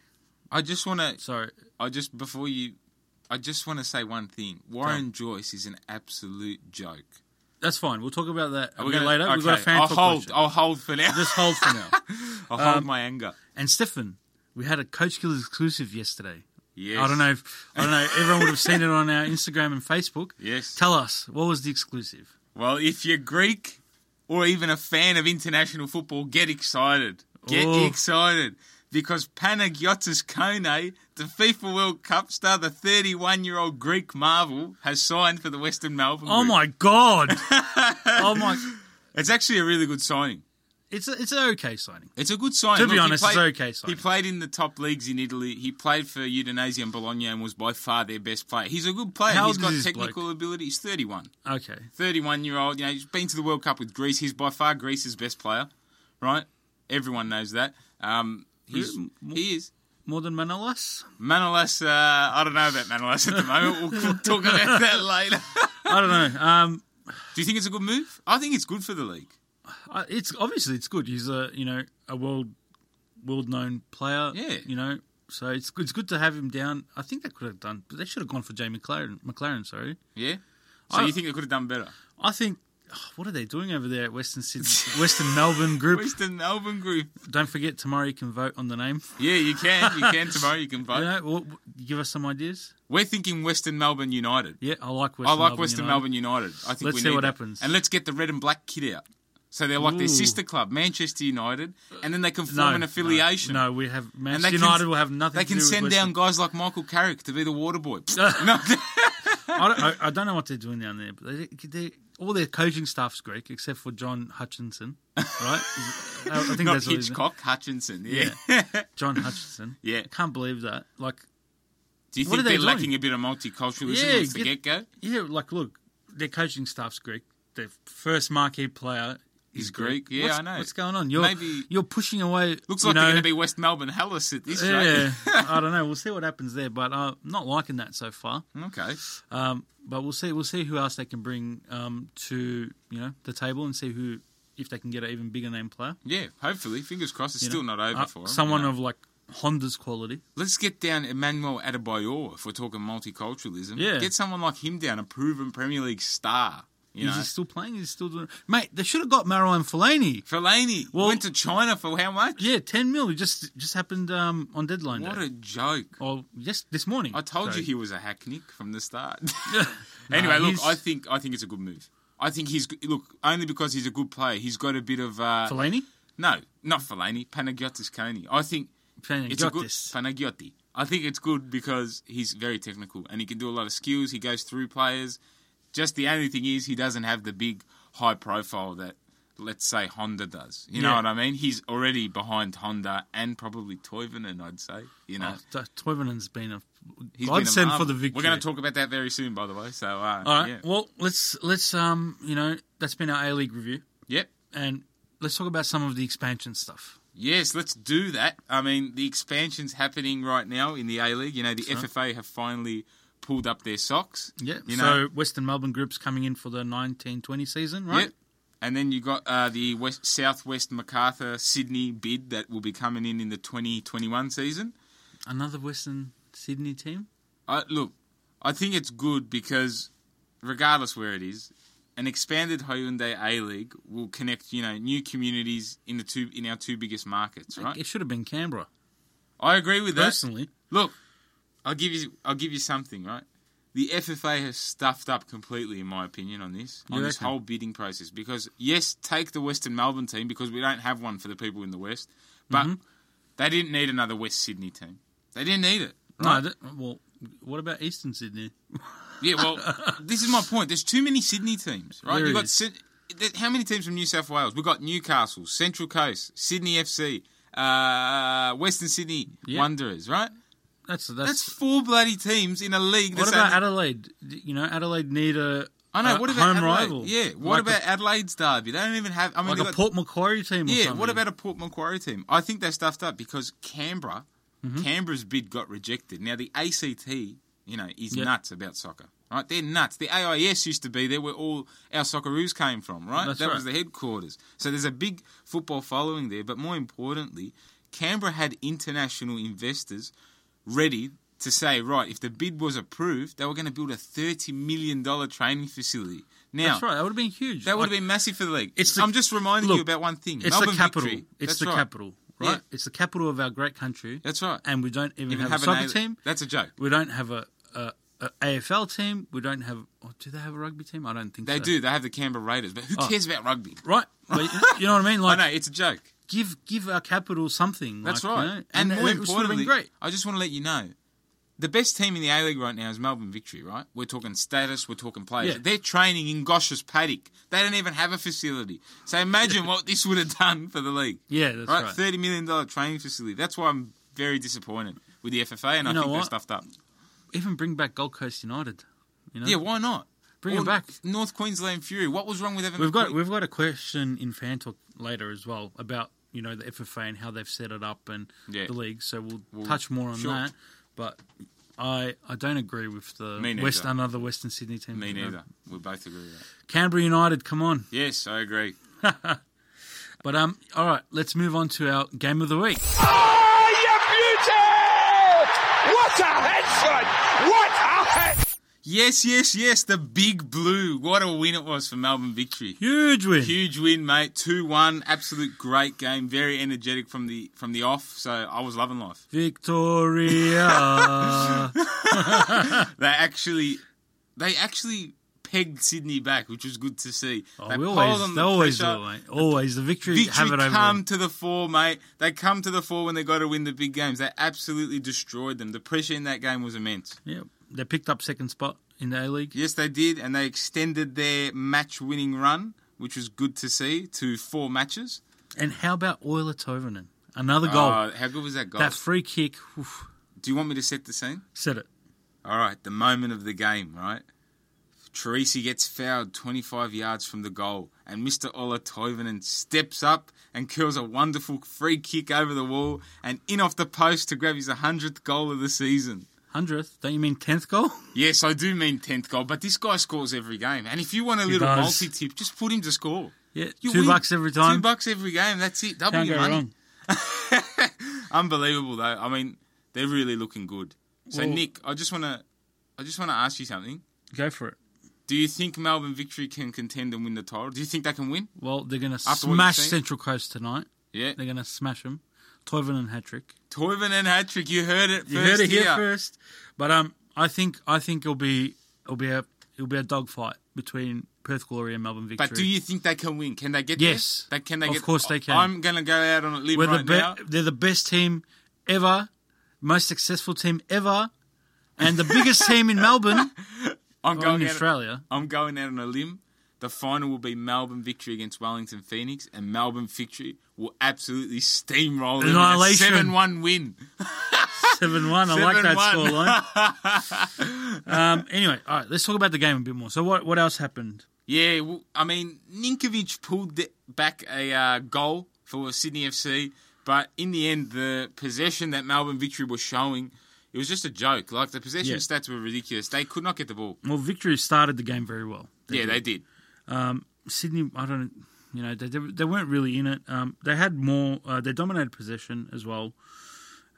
[SPEAKER 3] I just want to
[SPEAKER 2] So
[SPEAKER 3] I just before you, I just want to say one thing. Warren Joyce is an absolute joke.
[SPEAKER 2] that's fine. We'll talk about that a
[SPEAKER 3] We're
[SPEAKER 2] bit
[SPEAKER 3] gonna-
[SPEAKER 2] later. We've got a
[SPEAKER 3] okay,
[SPEAKER 2] fan
[SPEAKER 3] I'll
[SPEAKER 2] talk
[SPEAKER 3] hold.
[SPEAKER 2] question.
[SPEAKER 3] I'll hold for now.
[SPEAKER 2] Just hold for now.
[SPEAKER 3] um, I'll hold my anger.
[SPEAKER 2] And Stefan, we had a coach kill exclusive yesterday
[SPEAKER 3] Yes.
[SPEAKER 2] I don't know. If, I don't know. Everyone would have seen it on our Instagram and Facebook.
[SPEAKER 3] Yes.
[SPEAKER 2] Tell us what was the exclusive.
[SPEAKER 3] Well, if you're Greek or even a fan of international football, get excited. Get
[SPEAKER 2] Ooh.
[SPEAKER 3] excited. Because Panagiotis Kone, the FIFA World Cup star, the 31 year old Greek marvel, has signed for the Western Melbourne.
[SPEAKER 2] Oh
[SPEAKER 3] Group.
[SPEAKER 2] my god! oh my!
[SPEAKER 3] It's actually a really good signing.
[SPEAKER 2] It's a, it's an okay signing.
[SPEAKER 3] It's a good sign.
[SPEAKER 2] To be
[SPEAKER 3] he
[SPEAKER 2] honest, it's okay signing.
[SPEAKER 3] He played in the top leagues in Italy. He played for Udinese and Bologna and was by far their best player. He's a good player.
[SPEAKER 2] How
[SPEAKER 3] He's
[SPEAKER 2] old
[SPEAKER 3] got
[SPEAKER 2] is this
[SPEAKER 3] technical ability. He's 31.
[SPEAKER 2] Okay.
[SPEAKER 3] 31 year old. You know, he's been to the World Cup with Greece. He's by far Greece's best player, right? Everyone knows that. Um, he's,
[SPEAKER 2] Really? Mo-
[SPEAKER 3] he is.
[SPEAKER 2] More than Manolas?
[SPEAKER 3] Manolas, uh, I don't know about Manolas at the moment. We'll, we'll talk about that later.
[SPEAKER 2] I don't know. Um,
[SPEAKER 3] Do you think it's a good move? I think it's good for the league.
[SPEAKER 2] I- it's obviously it's good. He's a you know a world world known player.
[SPEAKER 3] Yeah.
[SPEAKER 2] You know, so it's good, it's good to have him down. I think they could have done, but they should have gone for Jay McLaren. McLaren, sorry.
[SPEAKER 3] Yeah? So
[SPEAKER 2] I-
[SPEAKER 3] you think they could have done better?
[SPEAKER 2] I think. oh, What are they doing over there at Western Sydney, Western Melbourne Group?
[SPEAKER 3] Western Melbourne Group.
[SPEAKER 2] Don't forget tomorrow you can vote on the name.
[SPEAKER 3] Yeah, you can. You can tomorrow. You can vote.
[SPEAKER 2] You know, what, what- give us some ideas.
[SPEAKER 3] We're thinking Western Melbourne United.
[SPEAKER 2] Yeah, I like Western.
[SPEAKER 3] I like
[SPEAKER 2] Melbourne
[SPEAKER 3] Western
[SPEAKER 2] United.
[SPEAKER 3] Melbourne United. I think
[SPEAKER 2] Let's
[SPEAKER 3] we
[SPEAKER 2] see
[SPEAKER 3] need
[SPEAKER 2] what
[SPEAKER 3] that.
[SPEAKER 2] happens.
[SPEAKER 3] And let's get the red and black kid out. So they're like
[SPEAKER 2] Ooh.
[SPEAKER 3] their sister club, Manchester United, and then they can form an affiliation.
[SPEAKER 2] No, we have
[SPEAKER 3] And
[SPEAKER 2] Manchester
[SPEAKER 3] they can-
[SPEAKER 2] United will have nothing.
[SPEAKER 3] They
[SPEAKER 2] to
[SPEAKER 3] can
[SPEAKER 2] do with
[SPEAKER 3] send
[SPEAKER 2] Western-
[SPEAKER 3] down guys like Michael Carrick to be the water boy. no,
[SPEAKER 2] I don't, I, I don't know what they're doing down there, but they, they, all their coaching staff's Greek except for John Hutchinson, right? Is it- I, I think
[SPEAKER 3] not
[SPEAKER 2] that's what his name-
[SPEAKER 3] Hitchcock, Hutchinson. Yeah.
[SPEAKER 2] John Hutchinson.
[SPEAKER 3] Yeah.
[SPEAKER 2] can't believe that. Like,
[SPEAKER 3] Do you
[SPEAKER 2] What are
[SPEAKER 3] think
[SPEAKER 2] they
[SPEAKER 3] they're
[SPEAKER 2] doing?
[SPEAKER 3] lacking a bit of multiculturalism
[SPEAKER 2] Yeah,
[SPEAKER 3] since the
[SPEAKER 2] get-
[SPEAKER 3] get go?
[SPEAKER 2] yeah, like look, their coaching staff's Greek. Their first marquee player is
[SPEAKER 3] He's Greek. Yeah,
[SPEAKER 2] what's,
[SPEAKER 3] I know.
[SPEAKER 2] What's going on? You're
[SPEAKER 3] Maybe-
[SPEAKER 2] you're pushing away.
[SPEAKER 3] Looks
[SPEAKER 2] you
[SPEAKER 3] like
[SPEAKER 2] know,
[SPEAKER 3] they're going to be West Melbourne Hellas at this
[SPEAKER 2] Yeah,
[SPEAKER 3] rate.
[SPEAKER 2] I don't know. We'll see what happens there, but uh, not liking that so far.
[SPEAKER 3] okay.
[SPEAKER 2] Um, but we'll see. We'll see who else they can bring um, to you know the table and see who if they can get an even bigger name player.
[SPEAKER 3] Yeah, hopefully. Fingers crossed it's
[SPEAKER 2] you know.
[SPEAKER 3] still not over
[SPEAKER 2] Uh,
[SPEAKER 3] for 'em,
[SPEAKER 2] someone
[SPEAKER 3] you know.
[SPEAKER 2] of like Honda's quality.
[SPEAKER 3] Let's get down Emmanuel Adebayor if we're talking multiculturalism.
[SPEAKER 2] Yeah.
[SPEAKER 3] Get someone like him down, a proven Premier League star. You
[SPEAKER 2] Is
[SPEAKER 3] know.
[SPEAKER 2] he still playing? Is he still doing? Mate, they should have got Marouane Fellaini.
[SPEAKER 3] Fellaini
[SPEAKER 2] Well-
[SPEAKER 3] went to China for how much?
[SPEAKER 2] Yeah, ten mil. It just just happened um, on deadline
[SPEAKER 3] What
[SPEAKER 2] day.
[SPEAKER 3] a joke.
[SPEAKER 2] Or yes, this morning.
[SPEAKER 3] I told
[SPEAKER 2] So-
[SPEAKER 3] you he was a hacknick from the start.
[SPEAKER 2] Nah,
[SPEAKER 3] anyway, look,
[SPEAKER 2] he's-
[SPEAKER 3] I think I think it's a good move. I think he's look only because he's a good player. He's got a bit of uh,
[SPEAKER 2] Fellaini.
[SPEAKER 3] no, not Fellaini, Panagiotis Kone. I think
[SPEAKER 2] Fellaini
[SPEAKER 3] it's
[SPEAKER 2] got
[SPEAKER 3] a good
[SPEAKER 2] this.
[SPEAKER 3] Panagiotti. I think it's good because he's very technical and he can do a lot of skills. He goes through players. Just the only thing is he doesn't have the big high profile that let's say Honda does. You know
[SPEAKER 2] Yeah.
[SPEAKER 3] what I mean? He's already behind Honda and probably Toivonen, I'd say. You know,
[SPEAKER 2] Oh, T- Toivonen's been a
[SPEAKER 3] He's been a
[SPEAKER 2] godsend for
[SPEAKER 3] marvel.
[SPEAKER 2] the victory.
[SPEAKER 3] We're going to talk about that very soon, by the way. So, uh,
[SPEAKER 2] All right.
[SPEAKER 3] yeah.
[SPEAKER 2] Well, let's let's um you know that's been our A League review,
[SPEAKER 3] yep.
[SPEAKER 2] and let's talk about some of the expansion stuff.
[SPEAKER 3] Yes, let's do that. I mean, the expansion's happening right now in the A League. You know, the FFA have finally pulled up their socks.
[SPEAKER 2] Yeah.
[SPEAKER 3] You
[SPEAKER 2] so
[SPEAKER 3] know,
[SPEAKER 2] Western Melbourne group's coming in for the 1920 season,
[SPEAKER 3] Yep.
[SPEAKER 2] right?
[SPEAKER 3] And then you got uh, the West, Southwest Macarthur Sydney bid that will be coming in in the 2021 season.
[SPEAKER 2] Another Western Sydney team.
[SPEAKER 3] I, look, I think it's good because, regardless where it is, an expanded Hyundai A League will connect you know new communities in the two in our two biggest markets. Right?
[SPEAKER 2] It should have been Canberra.
[SPEAKER 3] I agree with that.
[SPEAKER 2] Personally,
[SPEAKER 3] Look, I'll give you I'll give you something, right? The FFA has stuffed up completely, in my opinion, on this on
[SPEAKER 2] You
[SPEAKER 3] this
[SPEAKER 2] reckon?
[SPEAKER 3] whole bidding process. Because yes, take the Western Melbourne team because we don't have one for the people in the West, but
[SPEAKER 2] Mm-hmm.
[SPEAKER 3] they didn't need another West Sydney team. They didn't need it.
[SPEAKER 2] no. That, well, what about Eastern Sydney?
[SPEAKER 3] Yeah, well, this is my point. There's too many Sydney teams, right?
[SPEAKER 2] There
[SPEAKER 3] You got
[SPEAKER 2] is.
[SPEAKER 3] Syd- th- how many teams from New South Wales? We've got Newcastle, Central Coast, Sydney FC, uh, Western Sydney
[SPEAKER 2] Yeah.
[SPEAKER 3] Wanderers, right?
[SPEAKER 2] That's
[SPEAKER 3] That's
[SPEAKER 2] that's.
[SPEAKER 3] four bloody teams in a league.
[SPEAKER 2] what
[SPEAKER 3] That's
[SPEAKER 2] about
[SPEAKER 3] only-
[SPEAKER 2] Adelaide? D- You know, Adelaide need a.
[SPEAKER 3] I know.
[SPEAKER 2] a
[SPEAKER 3] what about
[SPEAKER 2] Uh, home
[SPEAKER 3] Adelaide?
[SPEAKER 2] rival?
[SPEAKER 3] Yeah. What
[SPEAKER 2] Like a-
[SPEAKER 3] about Adelaide's derby? They don't even have. I mean,
[SPEAKER 2] like
[SPEAKER 3] they've
[SPEAKER 2] a
[SPEAKER 3] got-
[SPEAKER 2] Port Macquarie team? Or
[SPEAKER 3] yeah.
[SPEAKER 2] something?
[SPEAKER 3] What about a Port Macquarie team? I think they stuffed up because Canberra,
[SPEAKER 2] Mm-hmm.
[SPEAKER 3] Canberra's bid got rejected. Now the ACT, you know, is
[SPEAKER 2] Yeah.
[SPEAKER 3] nuts about soccer. Right? They're nuts. The AIS used to be there where all our Socceroos came from. Right?
[SPEAKER 2] That's
[SPEAKER 3] that was the
[SPEAKER 2] right.
[SPEAKER 3] headquarters. So there's a big football following there. But more importantly, Canberra had international investors ready. To say right, if the bid was approved, they were going to build a thirty million dollar training facility. Now,
[SPEAKER 2] That's right. That would have been huge.
[SPEAKER 3] that would
[SPEAKER 2] Like,
[SPEAKER 3] have been massive for the league.
[SPEAKER 2] It's the-
[SPEAKER 3] I'm just reminding
[SPEAKER 2] look,
[SPEAKER 3] you about one thing.
[SPEAKER 2] It's
[SPEAKER 3] Melbourne
[SPEAKER 2] the capital.
[SPEAKER 3] Victory,
[SPEAKER 2] It's
[SPEAKER 3] that's
[SPEAKER 2] the
[SPEAKER 3] right.
[SPEAKER 2] capital.
[SPEAKER 3] right?
[SPEAKER 2] Yeah, it's the capital of our great country,
[SPEAKER 3] That's right.
[SPEAKER 2] and we don't even,
[SPEAKER 3] Even
[SPEAKER 2] have, a
[SPEAKER 3] have
[SPEAKER 2] soccer
[SPEAKER 3] an A-
[SPEAKER 2] team.
[SPEAKER 3] That's a joke.
[SPEAKER 2] We don't have a, a, a AFL team. We don't have. Oh, do they have a rugby team? I don't think
[SPEAKER 3] They
[SPEAKER 2] so.
[SPEAKER 3] do. They have the Canberra Raiders, but who cares about rugby?
[SPEAKER 2] Right, but you know what I mean.
[SPEAKER 3] I
[SPEAKER 2] Oh. Like,
[SPEAKER 3] know it's a joke.
[SPEAKER 2] give give our capital something.
[SPEAKER 3] That's
[SPEAKER 2] like,
[SPEAKER 3] right.
[SPEAKER 2] you know,
[SPEAKER 3] And,
[SPEAKER 2] it
[SPEAKER 3] more
[SPEAKER 2] would still have been
[SPEAKER 3] importantly,
[SPEAKER 2] great.
[SPEAKER 3] I just want to let you know, the best team in the A League right now is Melbourne Victory. Right? We're talking status. We're talking players.
[SPEAKER 2] Yeah.
[SPEAKER 3] They're training in Gosh's paddock. They don't even have a facility. So imagine what this would have done for the league.
[SPEAKER 2] Yeah, that's
[SPEAKER 3] right.
[SPEAKER 2] right.
[SPEAKER 3] Thirty million dollar training facility. That's why I'm very disappointed with the FFA, and I
[SPEAKER 2] know
[SPEAKER 3] think they're
[SPEAKER 2] what?
[SPEAKER 3] stuffed up.
[SPEAKER 2] Even bring back Gold Coast United. You know,
[SPEAKER 3] Yeah, why not?
[SPEAKER 2] Bring
[SPEAKER 3] Or
[SPEAKER 2] it back.
[SPEAKER 3] North Queensland Fury. What was wrong with Evan?
[SPEAKER 2] We've got
[SPEAKER 3] McQueen?
[SPEAKER 2] we've got a question in fan talk later as well about you know the FFA and how they've set it up and
[SPEAKER 3] Yeah.
[SPEAKER 2] the league. So we'll,
[SPEAKER 3] We'll-
[SPEAKER 2] touch more on
[SPEAKER 3] sure.
[SPEAKER 2] that. But I I don't agree with
[SPEAKER 3] Me
[SPEAKER 2] the
[SPEAKER 3] neither.
[SPEAKER 2] West another Western Sydney team.
[SPEAKER 3] Me
[SPEAKER 2] You know,
[SPEAKER 3] neither. We both agree with that.
[SPEAKER 2] Canberra United, come on.
[SPEAKER 3] Yes, I agree.
[SPEAKER 2] But um, all right, let's move on to our game of the week.
[SPEAKER 1] Oh, you beauty! What a headshot! What a head!
[SPEAKER 3] Yes, yes, yes. The big blue. What a win it was for Melbourne Victory.
[SPEAKER 2] Huge win.
[SPEAKER 3] Huge win, mate. Two one. Absolute great game. Very energetic from the from the off. So I was loving life.
[SPEAKER 2] Victoria.
[SPEAKER 3] They actually, they actually pegged Sydney back, which was good to see.
[SPEAKER 2] oh,
[SPEAKER 3] They
[SPEAKER 2] we
[SPEAKER 3] piled
[SPEAKER 2] always,
[SPEAKER 3] on
[SPEAKER 2] they
[SPEAKER 3] the
[SPEAKER 2] always
[SPEAKER 3] pressure.
[SPEAKER 2] will, mate. Always the victory,
[SPEAKER 3] Victory
[SPEAKER 2] have it over.
[SPEAKER 3] come
[SPEAKER 2] them.
[SPEAKER 3] to the fore, mate. They come to the fore when they got to win the big games. They absolutely destroyed them. The pressure in that game was immense.
[SPEAKER 2] Yeah, they picked up second spot in the A League.
[SPEAKER 3] Yes, they did, and they extended their match-winning run, which was good to see, to four matches.
[SPEAKER 2] And how about Euler Toivonen? Another goal.
[SPEAKER 3] Oh, how good was that goal?
[SPEAKER 2] that free kick. oof,
[SPEAKER 3] Do you want me to set the scene?
[SPEAKER 2] said it.
[SPEAKER 3] All right, the moment of the game, right? Teresi gets fouled 25 yards from the goal, and Mr. Ola Toivonen steps up and curls a wonderful free kick over the wall and in off the post to grab his 100th goal of the season.
[SPEAKER 2] Hundredth? Don't you mean tenth goal?
[SPEAKER 3] Yes, I do mean 10th goal, but this guy scores every game. And if you want a little
[SPEAKER 2] does.
[SPEAKER 3] multi tip, just put him to score.
[SPEAKER 2] Yeah,
[SPEAKER 3] You
[SPEAKER 2] two
[SPEAKER 3] win.
[SPEAKER 2] bucks every time.
[SPEAKER 3] Two bucks every game. That's it. Double
[SPEAKER 2] Can't
[SPEAKER 3] your
[SPEAKER 2] go
[SPEAKER 3] money.
[SPEAKER 2] wrong.
[SPEAKER 3] Unbelievable though. I mean, they're really looking good. So
[SPEAKER 2] Well-
[SPEAKER 3] Nick, I just want to, I just want to ask you something.
[SPEAKER 2] Go for it.
[SPEAKER 3] Do you think Melbourne Victory can contend and win the title? Do you think they can win?
[SPEAKER 2] Well, they're going to
[SPEAKER 3] After what you've
[SPEAKER 2] smash
[SPEAKER 3] seen?
[SPEAKER 2] Central Coast tonight.
[SPEAKER 3] Yeah.
[SPEAKER 2] They're going to smash them. Toivonen hat trick.
[SPEAKER 3] Toivonen hat trick. You heard it first.
[SPEAKER 2] You heard it here,
[SPEAKER 3] here.
[SPEAKER 2] first. But um, I think I think it'll be it'll be a it'll be a dogfight between Perth Glory and Melbourne Victory.
[SPEAKER 3] But do you think they can win? Can they get
[SPEAKER 2] Yes.
[SPEAKER 3] there? They, can they
[SPEAKER 2] Of
[SPEAKER 3] get
[SPEAKER 2] course they can.
[SPEAKER 3] I'm going to go out on a limb
[SPEAKER 2] We're
[SPEAKER 3] right
[SPEAKER 2] the be-
[SPEAKER 3] now.
[SPEAKER 2] they're the best team ever, most successful team ever, and the biggest team in Melbourne
[SPEAKER 3] I'm
[SPEAKER 2] or
[SPEAKER 3] going
[SPEAKER 2] in
[SPEAKER 3] out,
[SPEAKER 2] Australia.
[SPEAKER 3] I'm going out on a limb. The final will be Melbourne Victory against Wellington Phoenix, and Melbourne Victory will absolutely steamroll them in a
[SPEAKER 2] Annihilation.
[SPEAKER 3] seven-one win.
[SPEAKER 2] Seven one. I like that
[SPEAKER 3] 7-1.
[SPEAKER 2] scoreline. um, anyway, all right. Let's talk about the game a bit more. So what what else happened?
[SPEAKER 3] Yeah, well, I mean, Ninkovic pulled the- back a uh, goal for Sydney FC, but in the end, the possession that Melbourne Victory was showing, it was just a joke. Like, the possession
[SPEAKER 2] Yeah.
[SPEAKER 3] stats were ridiculous. They could not get the ball.
[SPEAKER 2] Well, Victory started the game very well.
[SPEAKER 3] yeah, they did.
[SPEAKER 2] Sydney, I don't, you know, they they, they weren't really in it. Um, they had more. Uh, they dominated possession as well. Um,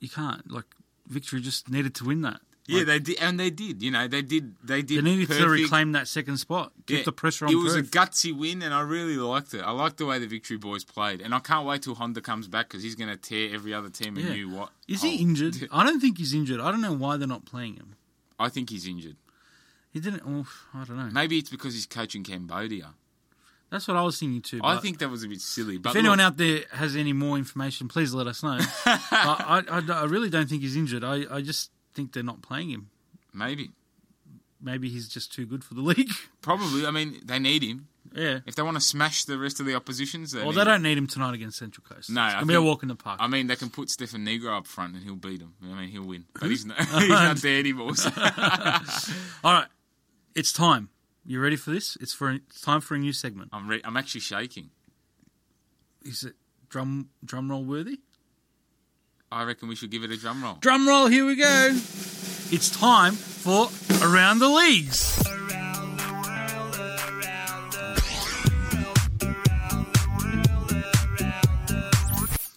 [SPEAKER 2] you can't like victory just needed to win that.
[SPEAKER 3] yeah, they did. And they did. You know, they did. They
[SPEAKER 2] They
[SPEAKER 3] did.
[SPEAKER 2] needed to
[SPEAKER 3] perfect.
[SPEAKER 2] reclaim that second spot, keep
[SPEAKER 3] Yeah,
[SPEAKER 2] the pressure on.
[SPEAKER 3] It was a
[SPEAKER 2] Perth.
[SPEAKER 3] gutsy win, and I really liked it. I liked the way the Victory boys played, and I can't wait till Honda comes back because he's going to tear every other team a
[SPEAKER 2] Yeah.
[SPEAKER 3] new oh, what.
[SPEAKER 2] Is he
[SPEAKER 3] hole.
[SPEAKER 2] injured? I don't think he's injured. I don't know why they're not playing him.
[SPEAKER 3] I think he's injured.
[SPEAKER 2] He didn't. Well, I don't know.
[SPEAKER 3] Maybe it's because he's coaching Cambodia.
[SPEAKER 2] That's what I was thinking too.
[SPEAKER 3] I
[SPEAKER 2] but
[SPEAKER 3] think that was a bit silly. But
[SPEAKER 2] if anyone
[SPEAKER 3] look,
[SPEAKER 2] out there has any more information, please let us know. I, I, I- I really don't think he's injured. I, I just think they're not playing him.
[SPEAKER 3] maybe,
[SPEAKER 2] Maybe he's just too good for the league.
[SPEAKER 3] probably. I mean, they need him
[SPEAKER 2] yeah.
[SPEAKER 3] if they want to smash the rest of the oppositions. They
[SPEAKER 2] Well,
[SPEAKER 3] need
[SPEAKER 2] they
[SPEAKER 3] him.
[SPEAKER 2] don't need him tonight against Central Coast.
[SPEAKER 3] No,
[SPEAKER 2] it's
[SPEAKER 3] I
[SPEAKER 2] gonna be a
[SPEAKER 3] think-
[SPEAKER 2] walk in the park.
[SPEAKER 3] I mean, they can put Stefan Negro up front and he'll beat him. I mean, he'll win, but he's not, he's not there anymore. so-
[SPEAKER 2] All right, it's time. You ready for this? It's for it's time for a new segment.
[SPEAKER 3] I'm re- I'm actually shaking.
[SPEAKER 2] Is it drum drum roll worthy?
[SPEAKER 3] I reckon we should give it a drum roll.
[SPEAKER 2] Drum roll, here we go. It's time for around the leagues.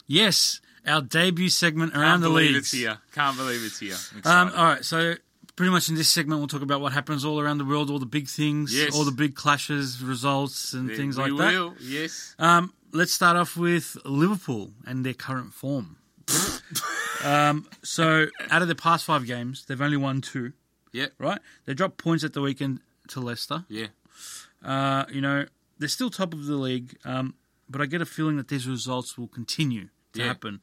[SPEAKER 2] Yes, our debut segment around
[SPEAKER 3] Can't
[SPEAKER 2] the
[SPEAKER 3] believe
[SPEAKER 2] leagues.
[SPEAKER 3] it's here. Can't believe it's here.
[SPEAKER 2] Um,
[SPEAKER 3] I'm excited.
[SPEAKER 2] all right, so pretty much in this segment, we'll talk about what happens all around the world, all the big things,
[SPEAKER 3] Yes.
[SPEAKER 2] all the big clashes, results, and things
[SPEAKER 3] we
[SPEAKER 2] like that.
[SPEAKER 3] will. Yes.
[SPEAKER 2] Um, let's start off with Liverpool and their current form. um, so, out of their past five games, they've only won two,
[SPEAKER 3] Yeah,
[SPEAKER 2] right? They dropped points at the weekend to Leicester.
[SPEAKER 3] yeah.
[SPEAKER 2] Uh, you know, they're still top of the league, um, but I get a feeling that these results will continue to
[SPEAKER 3] Yeah.
[SPEAKER 2] happen.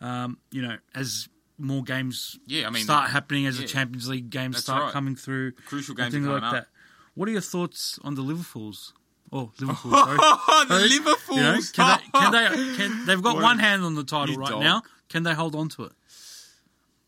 [SPEAKER 2] Um, you know, as more games
[SPEAKER 3] Yeah, I mean-
[SPEAKER 2] start happening, as
[SPEAKER 3] yeah.
[SPEAKER 2] the Champions League games
[SPEAKER 3] That's
[SPEAKER 2] start
[SPEAKER 3] right.
[SPEAKER 2] coming through,
[SPEAKER 3] Crucial
[SPEAKER 2] and
[SPEAKER 3] games are
[SPEAKER 2] things
[SPEAKER 3] coming
[SPEAKER 2] like
[SPEAKER 3] up.
[SPEAKER 2] that. What are your thoughts on the Liverpool's? Oh, Liverpool, sorry.
[SPEAKER 3] Oh, the
[SPEAKER 2] Hey,
[SPEAKER 3] Liverpool.
[SPEAKER 2] You know, can they? Can they can, they've got
[SPEAKER 3] What
[SPEAKER 2] one
[SPEAKER 3] a-
[SPEAKER 2] hand on the title
[SPEAKER 3] you
[SPEAKER 2] right
[SPEAKER 3] dog.
[SPEAKER 2] now. Can they hold on to it?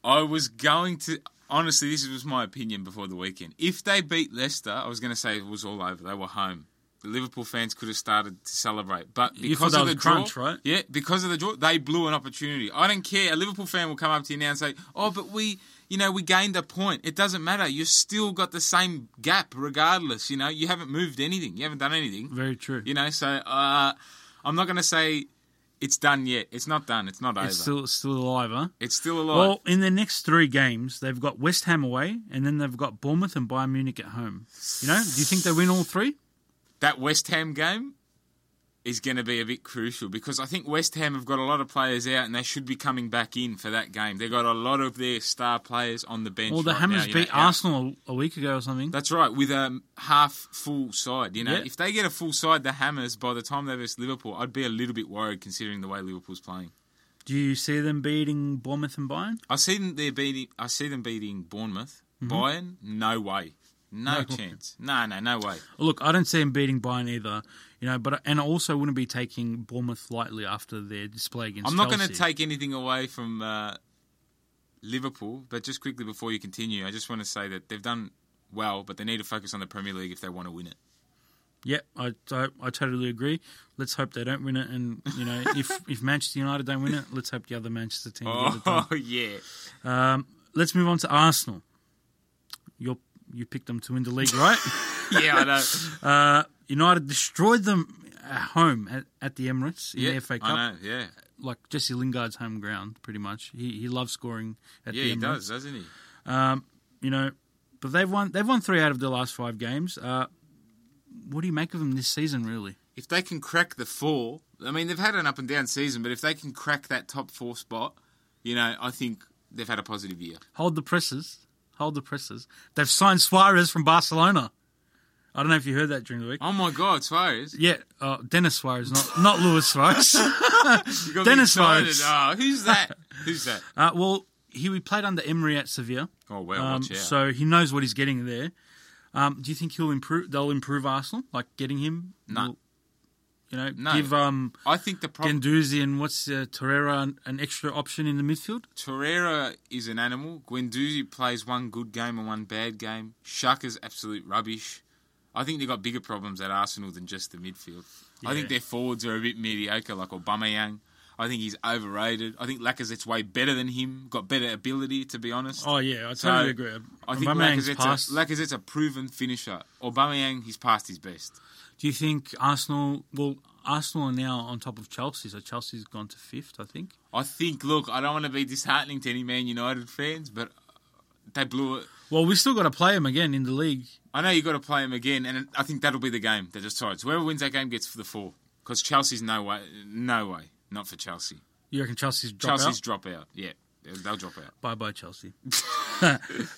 [SPEAKER 3] I was going to honestly. This was my opinion before the weekend. If they beat Leicester, I was going to say it was all over. They were home. The Liverpool fans could have started to celebrate, but
[SPEAKER 2] You
[SPEAKER 3] because
[SPEAKER 2] thought that
[SPEAKER 3] of the
[SPEAKER 2] was
[SPEAKER 3] draw,
[SPEAKER 2] crunch, right?
[SPEAKER 3] yeah, because of the draw, they blew an opportunity. I don't care. A Liverpool fan will come up to you now and say, "Oh, but we." You know, we gained a point. It doesn't matter. You've still got the same gap, regardless. You know, you haven't moved anything. You haven't done anything.
[SPEAKER 2] Very true.
[SPEAKER 3] You know, so uh, I'm not going to say it's done yet. It's not done. It's not over.
[SPEAKER 2] it's still it's still alive, huh?
[SPEAKER 3] alive.
[SPEAKER 2] Well, in their next three games, they've got West Ham away, and then they've got Bournemouth and Bayern Munich at home. You know, do you think they win all three?
[SPEAKER 3] that West Ham game is going to be a bit crucial because I think West Ham have got a lot of players out and they should be coming back in for that game. They've got a lot of their star players on the bench.
[SPEAKER 2] Well, the
[SPEAKER 3] right
[SPEAKER 2] Hammers
[SPEAKER 3] now, you know,
[SPEAKER 2] beat
[SPEAKER 3] out.
[SPEAKER 2] Arsenal a week ago or something.
[SPEAKER 3] That's right, with a half full side. You know,
[SPEAKER 2] Yeah.
[SPEAKER 3] if they get a full side, the Hammers, by the time they versus Liverpool, I'd be a little bit worried considering the way Liverpool's playing.
[SPEAKER 2] Do you see them beating Bournemouth and Bayern?
[SPEAKER 3] I see them they're beating. I see them beating Bournemouth, Bayern. No way, no,
[SPEAKER 2] Mm-hmm. No.
[SPEAKER 3] chance. No, no, no way.
[SPEAKER 2] Look, I don't see them beating Bayern either. You know, but and I also wouldn't be taking Bournemouth lightly after their display against.
[SPEAKER 3] I'm not going to
[SPEAKER 2] Chelsea.
[SPEAKER 3] take anything away from uh, Liverpool, but just quickly before you continue, I just want to say that they've done well, but they need to focus on the Premier League if they want to win it.
[SPEAKER 2] Yep, I, I I totally agree. Let's hope they don't win it, and you know, if if Manchester United don't win it, let's hope the other Manchester team. get it done.
[SPEAKER 3] Oh yeah,
[SPEAKER 2] Let's move on to Arsenal. You you picked them to win the league, right?
[SPEAKER 3] yeah, I know.
[SPEAKER 2] United destroyed them at home at, at the Emirates in
[SPEAKER 3] yeah,
[SPEAKER 2] the FA Cup,
[SPEAKER 3] I know. Yeah,
[SPEAKER 2] like Jesse Lingard's home ground, pretty much. He he loves scoring at
[SPEAKER 3] yeah,
[SPEAKER 2] the
[SPEAKER 3] he
[SPEAKER 2] Emirates.
[SPEAKER 3] does, doesn't he?
[SPEAKER 2] You know, but they've won they've won three out of their last five games. Uh, what do you make of them this season, really?
[SPEAKER 3] If they can crack the four, I mean, they've had an up and down season, but if they can crack that top four spot, you know, I think they've had a positive year.
[SPEAKER 2] Hold the presses. Hold the presses. They've signed Suarez from Barcelona. I don't know if you heard that during the week.
[SPEAKER 3] Oh my God, Suarez!
[SPEAKER 2] Yeah, uh, Dennis Suarez, not not Luis Suarez.
[SPEAKER 3] You got me
[SPEAKER 2] Dennis
[SPEAKER 3] excited.
[SPEAKER 2] Suarez.
[SPEAKER 3] Oh, who's that? who's that?
[SPEAKER 2] Uh, well, he we played under Emery at Sevilla,
[SPEAKER 3] Oh well,
[SPEAKER 2] um,
[SPEAKER 3] watch out.
[SPEAKER 2] so he knows what he's getting there. Um, do you think he'll improve? They'll improve Arsenal, like getting him.
[SPEAKER 3] No.
[SPEAKER 2] will, you know,
[SPEAKER 3] No.
[SPEAKER 2] give um,
[SPEAKER 3] I think the problem.
[SPEAKER 2] Gendouzi and what's uh, Torreira an, an extra option in the midfield.
[SPEAKER 3] Torreira is an animal. Guendouzi plays one good game and one bad game. Shaka's absolute rubbish. I think they've got bigger problems at Arsenal than just the midfield. I think
[SPEAKER 2] Yeah.
[SPEAKER 3] their forwards are a bit mediocre, like Aubameyang. I think he's overrated. I think Lacazette's way better than him. Got better ability, to be honest.
[SPEAKER 2] Oh yeah, I totally
[SPEAKER 3] So,
[SPEAKER 2] agree.
[SPEAKER 3] I think
[SPEAKER 2] Aubameyang's
[SPEAKER 3] Lacazette's
[SPEAKER 2] pass-
[SPEAKER 3] a, Lacazette's a proven finisher. Aubameyang, he's past his best.
[SPEAKER 2] Do you think Arsenal? Well, Arsenal are now on top of Chelsea, so Chelsea's gone to fifth, I think.
[SPEAKER 3] I think. Look, I don't want to be disheartening to any Man United fans, but they blew it.
[SPEAKER 2] Well, we still got to play them again in the league.
[SPEAKER 3] I know you've got to play them again, and I think that'll be the game that decides. Whoever wins that game gets for the four. Because Chelsea's no way, no way, not for Chelsea.
[SPEAKER 2] You reckon Chelsea's drop
[SPEAKER 3] Chelsea's
[SPEAKER 2] out?
[SPEAKER 3] drop out. Yeah, they'll they'll drop out.
[SPEAKER 2] Bye bye Chelsea.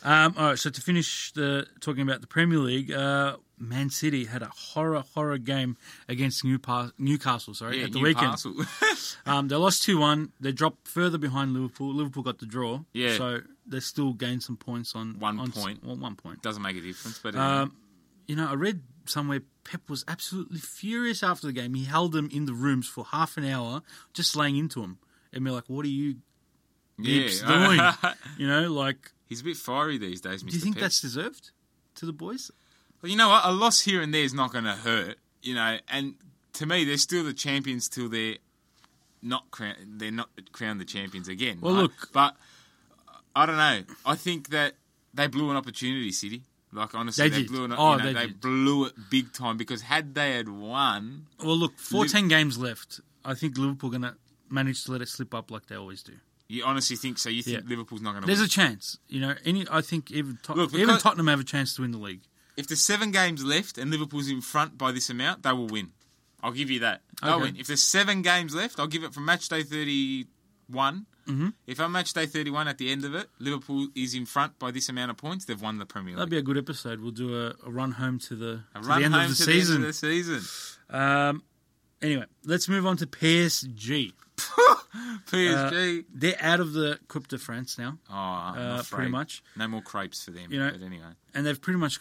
[SPEAKER 2] um, all right, so to finish the talking about the Premier League, uh, Man City had a horror horror game against Newpa- Newcastle. Sorry,
[SPEAKER 3] Yeah,
[SPEAKER 2] at the weekend.
[SPEAKER 3] Newcastle.
[SPEAKER 2] Um, they lost two one. They dropped further behind Liverpool. Liverpool got the draw.
[SPEAKER 3] Yeah.
[SPEAKER 2] so they still gained some points on
[SPEAKER 3] One
[SPEAKER 2] on-
[SPEAKER 3] point.
[SPEAKER 2] well, one point.
[SPEAKER 3] Doesn't make a difference, but uh,
[SPEAKER 2] Um, you know, I read somewhere Pep was absolutely furious after the game. He held them in the rooms for half an hour, just laying into them, and we're like, "What are you keeps doing?"
[SPEAKER 3] yeah,
[SPEAKER 2] you know, like,
[SPEAKER 3] he's a bit fiery these days, Mr.
[SPEAKER 2] do you think
[SPEAKER 3] Pep.
[SPEAKER 2] that's deserved to the boys?
[SPEAKER 3] Well, you know what? A loss here and there is not going to hurt, you know. And to me, they're still the champions till they're not crowned. They're not crowned the champions again.
[SPEAKER 2] Well,
[SPEAKER 3] right?
[SPEAKER 2] look-
[SPEAKER 3] but uh, I don't know. I think that they blew an opportunity, City. Like honestly,
[SPEAKER 2] They
[SPEAKER 3] they,
[SPEAKER 2] did.
[SPEAKER 3] blew an.
[SPEAKER 2] Oh,
[SPEAKER 3] you know,
[SPEAKER 2] they
[SPEAKER 3] they
[SPEAKER 2] did.
[SPEAKER 3] blew it big time because had they had won,
[SPEAKER 2] Well, look, fourteen games left. I think Liverpool gonna manage to let it slip up like they always do.
[SPEAKER 3] you honestly think so? You think
[SPEAKER 2] Yeah.
[SPEAKER 3] Liverpool's not going to
[SPEAKER 2] There's
[SPEAKER 3] win?
[SPEAKER 2] a chance, you know. Any, I think even Tot-
[SPEAKER 3] Look,
[SPEAKER 2] even
[SPEAKER 3] because-
[SPEAKER 2] Tottenham have a chance to win the league.
[SPEAKER 3] if there's seven games left and Liverpool's in front by this amount, they will win. I'll give you that. I'll
[SPEAKER 2] Okay.
[SPEAKER 3] win. If there's seven games left, I'll give it from match day 31. Mm-hmm. If I'm match day 31 at the end of it, Liverpool is in front by this amount of points, they've won the Premier
[SPEAKER 2] That'd
[SPEAKER 3] League.
[SPEAKER 2] be a good episode. We'll do a, a run home to the,
[SPEAKER 3] A
[SPEAKER 2] to the end of
[SPEAKER 3] home
[SPEAKER 2] the
[SPEAKER 3] to
[SPEAKER 2] season.
[SPEAKER 3] the end of the season.
[SPEAKER 2] Um, anyway, let's move on to PSG.
[SPEAKER 3] PSG.
[SPEAKER 2] They're out of the Coupe de France now,
[SPEAKER 3] oh, I'm
[SPEAKER 2] uh,
[SPEAKER 3] afraid.
[SPEAKER 2] pretty much.
[SPEAKER 3] No more crepes for them.
[SPEAKER 2] You know-
[SPEAKER 3] but anyway,
[SPEAKER 2] and they've pretty much,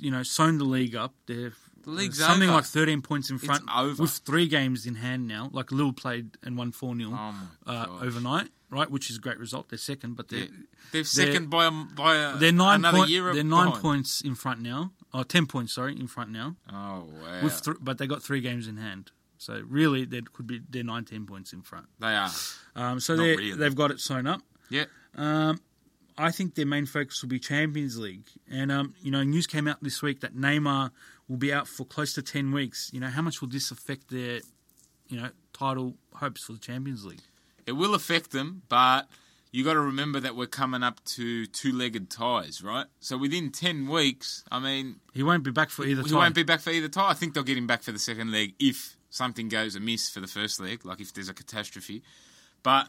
[SPEAKER 2] you know, sewn the league up. They're
[SPEAKER 3] The league's
[SPEAKER 2] something
[SPEAKER 3] over.
[SPEAKER 2] like 13 points in front
[SPEAKER 3] over.
[SPEAKER 2] with three games in hand now. Like Lille played and won 4 0
[SPEAKER 3] my
[SPEAKER 2] uh,
[SPEAKER 3] gosh.
[SPEAKER 2] overnight, right? Which is a great result. They're second, but they're,
[SPEAKER 3] they're, they're second by a, by a,
[SPEAKER 2] they're, nine,
[SPEAKER 3] another
[SPEAKER 2] point,
[SPEAKER 3] year.
[SPEAKER 2] they're nine
[SPEAKER 3] behind.
[SPEAKER 2] points in front now. Oh, 10 points, sorry, in front now.
[SPEAKER 3] Oh wow,
[SPEAKER 2] With th- but they got three games in hand. So really, they could be they're 19 points in front.
[SPEAKER 3] they are.
[SPEAKER 2] Um, so they
[SPEAKER 3] really.
[SPEAKER 2] they've got it sewn up.
[SPEAKER 3] Yeah,
[SPEAKER 2] I think their main focus will be Champions League. And um, you know, news came out this week that Neymar will be out for close to ten weeks. You know, how much will this affect their, you know, title hopes for the Champions League?
[SPEAKER 3] it will affect them, but you got to remember that we're coming up to two-legged ties, right? So within ten weeks, I mean,
[SPEAKER 2] He won't be back for either
[SPEAKER 3] he
[SPEAKER 2] time.
[SPEAKER 3] won't be back for either tie. I think they'll get him back for the second leg if something goes amiss for the first leg, like if there's a catastrophe. But